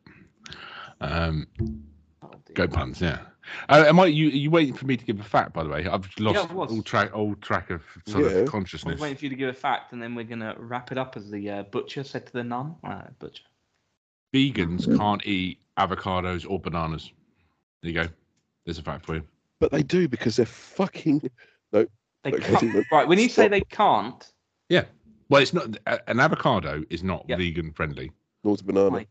Um, Oh, dear. goat puns, yeah. Uh, am I? You you waiting for me to give a fact? By the way, I've lost I was. all track all track of sort Yeah. of I consciousness. was waiting for you to give a fact, and then we're gonna wrap it up as the uh, butcher said to the nun. Uh, butcher. Vegans Mm. can't eat avocados or bananas. There you go. There's a fact for you. But they do because they're fucking. They Okay, can't. Stephen. Right, when you say Stop. they can't, Well, it's not a- an avocado is not Yep. vegan friendly Nor's a banana. Right.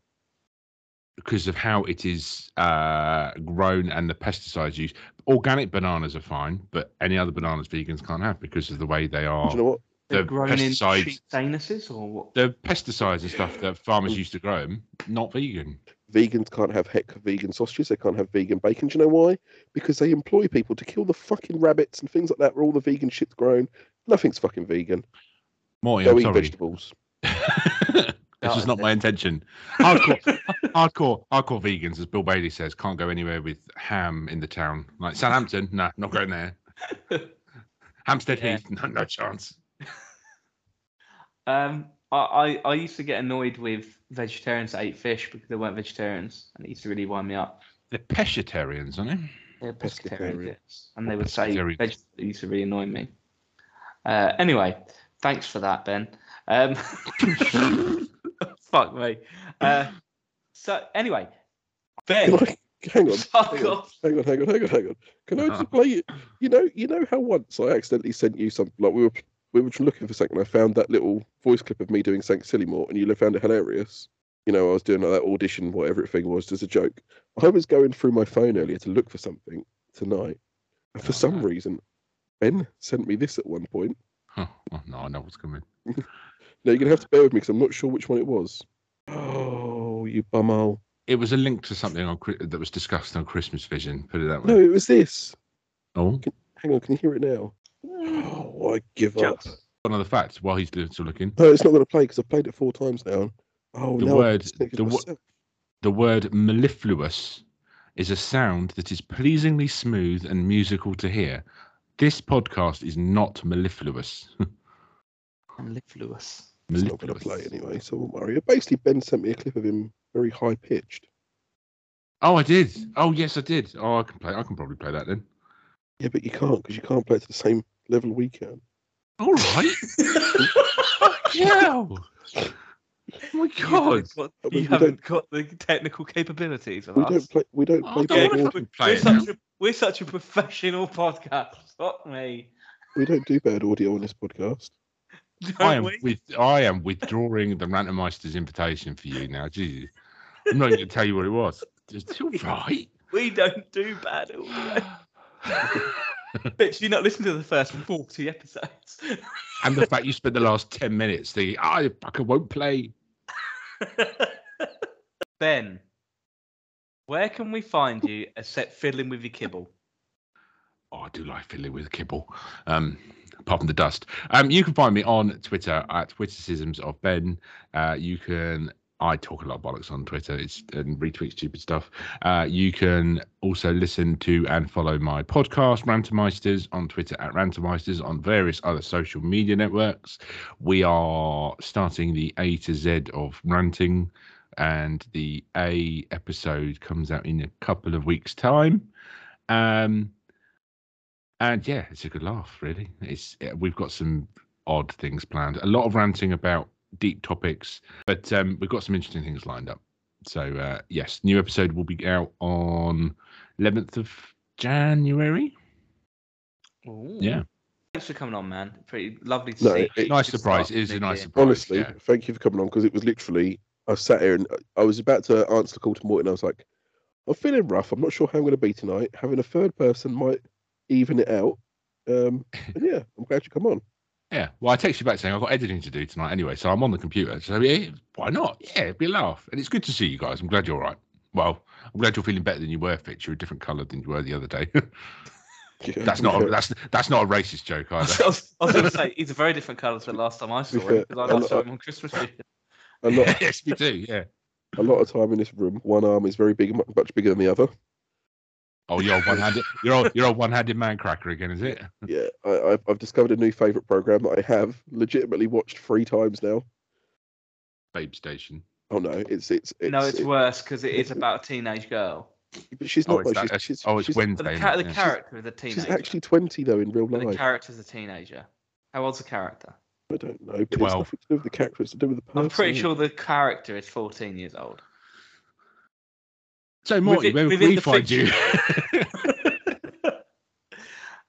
because of how it is uh, grown and the pesticides used. Organic bananas are fine, but any other bananas vegans can't have because of the way they Do are. you know what? they're The grown in pesticides. sheep's anuses or what? the pesticides and stuff that farmers Mm. used to grow them, not vegan. Vegans can't have heck of vegan sausages. They can't have vegan bacon. Do you know why? Because they employ people to kill the fucking rabbits and things like that where all the vegan shit's grown. Nothing's fucking vegan. Morty, Go Oh, I'm eat sorry. vegetables. this was not my intention. Hardcore, hardcore, hardcore vegans, as Bill Bailey says, can't go anywhere with ham in the town. Like Southampton, nah, not going there. Hampstead Yeah. Heath, no, no chance. Um, I, I I used to get annoyed with vegetarians that ate fish because they weren't vegetarians, and it used to really wind me up. They're pescatarians, aren't they? They're Pescatarian. pescatarians, and they would say Pescatarian. veg- it used to really annoy me. Uh, anyway, thanks for that, Ben. Um, fuck me. Uh, so anyway, Can Ben, I, hang on. fuck hang on. off. Hang on, hang on, hang on, hang on. Can I just play you? You know, you know how once I accidentally sent you some like we were we were looking for something. and I found that little voice clip of me doing something silly more, and you found it hilarious. You know, I was doing like that audition, whatever it thing was, as a joke. I was going through my phone earlier to look for something tonight, and for Oh, some no. reason, Ben sent me this at one point. Huh, oh, no, I know what's coming. Now you're gonna have to bear with me because I'm not sure which one it was. Oh, you bumhole! It was a link to something on, Chri- that was discussed on Christmas Vision. Put it that No, way. it was this. Oh, Hang on, can you hear it now? Oh, I give up. another fact while he's still looking. No, it's not going to play because I've played it four times now. Oh The no! word- the wo- The word mellifluous is a sound that is pleasingly smooth and musical to hear. This podcast is not mellifluous. And live Lewis. it's not going to play anyway, so don't worry. Basically, Ben sent me a clip of him very high pitched. Oh, I did. Oh, yes, I did. Oh, I can play. I can probably play that then. Yeah, but you can't because you can't play it to the same level we can. All right. yeah. Oh my god. got, But we- you we haven't got the technical capabilities of We us. don't play. We don't Oh, play. I don't bad wanna audio. fucking play we're, it now. such a, we're such a professional podcast. Fuck me. We don't do bad audio on this podcast. Don't I am we? with. I am withdrawing the randomister's invitation for you now. Jesus, I'm not even going to tell you what it was. It's all right. We don't do bad audio. Bitch, you not listen to the first 40 episodes. and the fact you spent the last ten minutes thinking, I fucking won't play. ben, where can we find you except fiddling with your kibble? Oh, I do like fiddling with kibble. Um, apart from the dust. Um, you can find me on Twitter at Witticisms of Ben. Uh, you can. I talk a lot of bollocks on Twitter. It's and retweet stupid stuff. Uh, you can also listen to and follow my podcast, Rantomeisters, on Twitter at Rantomeisters, on various other social media networks. We are starting the A to Z of ranting, and the A episode comes out in a couple of weeks' time. Um, and yeah, it's a good laugh, really. It's yeah, we've got some odd things planned. A lot of ranting about deep topics, but um, we've got some interesting things lined up. So uh, yes, new episode will be out on 11th of January. Ooh. Yeah. Thanks for coming on, man. Pretty lovely to No, see. it- you. Nice Good surprise. start It is a to nice the year. surprise. Honestly, Oh, yeah. thank you for coming on because it was literally I sat here and uh, I was about to answer the call to Morton. I was like, I'm feeling rough. I'm not sure how I'm going to be tonight. Having a third person might even it out. Um, and yeah, I'm glad you come on. Yeah. Well, I text you back saying I've got editing to do tonight anyway, so I'm on the computer. So yeah, why not? Yeah, it'd be a laugh, and it's good to see you guys. I'm glad you're all right. Well, I'm glad you're feeling better than you were, Fitch. You're a different colour than you were the other day. Yeah, that's to be not a, fair- that's that's not a racist joke I either. was, I was, I was going to say, he's a very different colour to the last time I saw be him, fair, because I a last saw lot- him on Christmas. Eve. a lot. yes, we do. Yeah. a lot of time in this room, one arm is very big, mu- much bigger than the other. Hmm. Oh, you're one-handed. You're old, you're a one-handed man cracker again, is it? Yeah, I, I've, I've discovered a new favourite program that I have legitimately watched three times now. Babe Station. Oh no, it's it's, it's no, it's it- worse because it is about a teenage girl. but she's Oh, not. it's, though, that, she's, she's, oh, it's she's, But Wednesday. the, isn't ca- it? the Yeah. character is a she's teenager. actually twenty though in real but the life. character's a teenager. How old's the character? I don't know. But Twelve. It's nothing to do with the character. It's to do with the person. I'm pretty sure the character is 14 years old. So, Morty, Within- where within we the find you?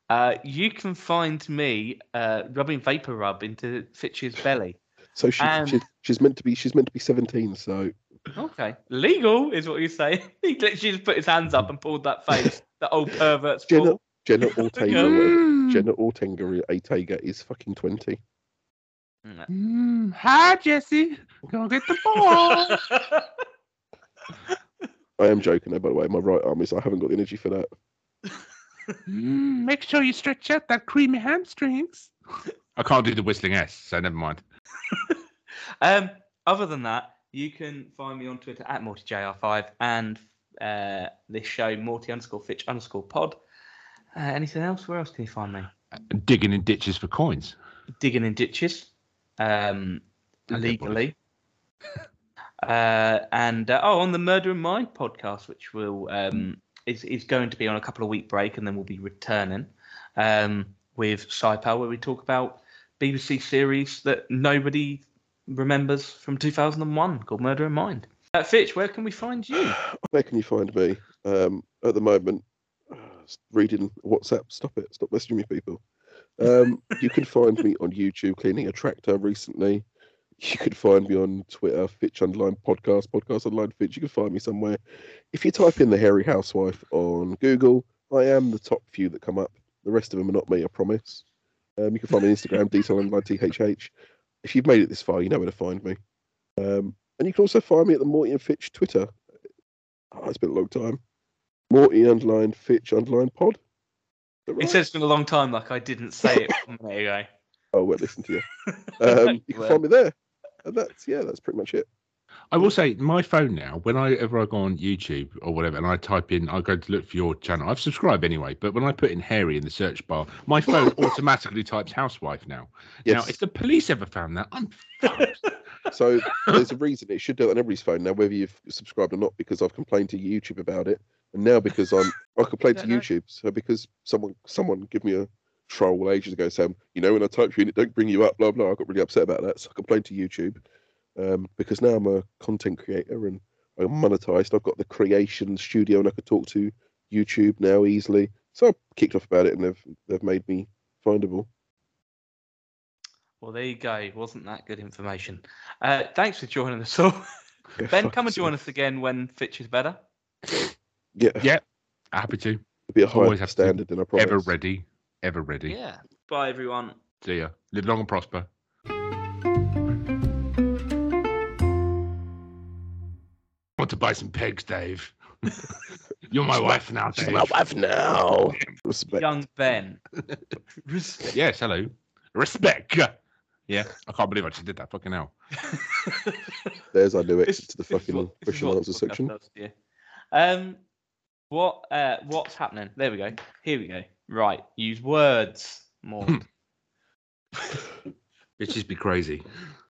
Uh, you can find me uh, rubbing vapor rub into Fitch's belly. So she, And- she's she's meant to be she's meant to be seventeen. So Okay, legal is what you say. he literally just put his hands up and pulled that face. that old pervert's Jenna pull. Jenna Ortega whatever- Jenna Ortega Ortega is fucking twenty. Mm. Mm, hi, Jesse. Go get the ball. I am joking though, by the way. My right arm is I haven't got the energy for that. Mm, make sure you stretch out that creamy hamstrings. I can't do the whistling S, so never mind. Um, other than that, you can find me on Twitter at MortyJR5 and uh, this show Morty underscore Fitch underscore Pod. Uh, anything else? Where else can you find me? Digging in ditches for coins. Digging in ditches, um, Okay, legally. uh, and uh, oh, on the Murder in Mind podcast, which will um, is is going to be on a couple of week break, and then we'll be returning um, with SciPal, where we talk about BBC series that nobody remembers from 2001 called Murder in Mind. Uh, Fitch, where can we find you? Where can you find me? Um, at the moment, uh, reading WhatsApp. Stop it. Stop messaging me, people. Um, you can find me on YouTube cleaning a tractor recently. You could find me on Twitter, Fitch Underline Podcast, Podcast Online Fitch. You can find me somewhere. If you type in the Hairy Housewife on Google, I am the top few that come up. The rest of them are not me, I promise. Um, you can find me on Instagram, Detail Underline THH. If you've made it this far, you know where to find me. Um, and you can also find me at the Morty and Fitch Twitter Oh, it's been a long time. Morty underline Fitch underline pod. Is that It right? says it's been a long time, like I didn't say it one minute ago. oh, well, listen to you. Um, you can Well. find me there. And that's yeah, that's pretty much it. I will say, my phone now, whenever I go on YouTube or whatever, and I type in, I go to look for your channel. I've subscribed anyway, but when I put in Harry in the search bar, my phone automatically types housewife now. Now, Yes. if the police ever found that, I'm fucked. so there's a reason it should do it on everybody's phone now, whether you've subscribed or not, because I've complained to YouTube about it, and now because I'm I complained to Don't know. YouTube, so because someone someone gave me a troll ages ago saying, you know, when I type you in, it don't bring you up, blah blah. I got really upset about that, so I complained to YouTube, um, because now I'm a content creator and I'm monetized. I've got the creation studio and I could talk to YouTube now easily. So I kicked off about it and they've they've made me findable. Well, there you go. Wasn't that good information? Uh, thanks for joining us all. Yeah, Ben, fuck come yourself. and join us again when Fitch is better. Yeah, Yeah, Happy to. it'll be a higher Always have to be standard than I promise. Ever ready. Ever ready. Yeah. Bye, everyone. See ya. Live long and prosper. Want to buy some pegs, Dave? You're my wife now, She's Dave. my wife now. Respect. Young Ben. Respect. Yes, hello. Respect. Yeah, I can't believe I just did that. Fucking hell. There's our new This- exit to the this is fucking what- this is question and what the answer podcast section. does to you. Um, what uh, what's happening? There we go. Here we go. Right. Use words more. Bitches be crazy.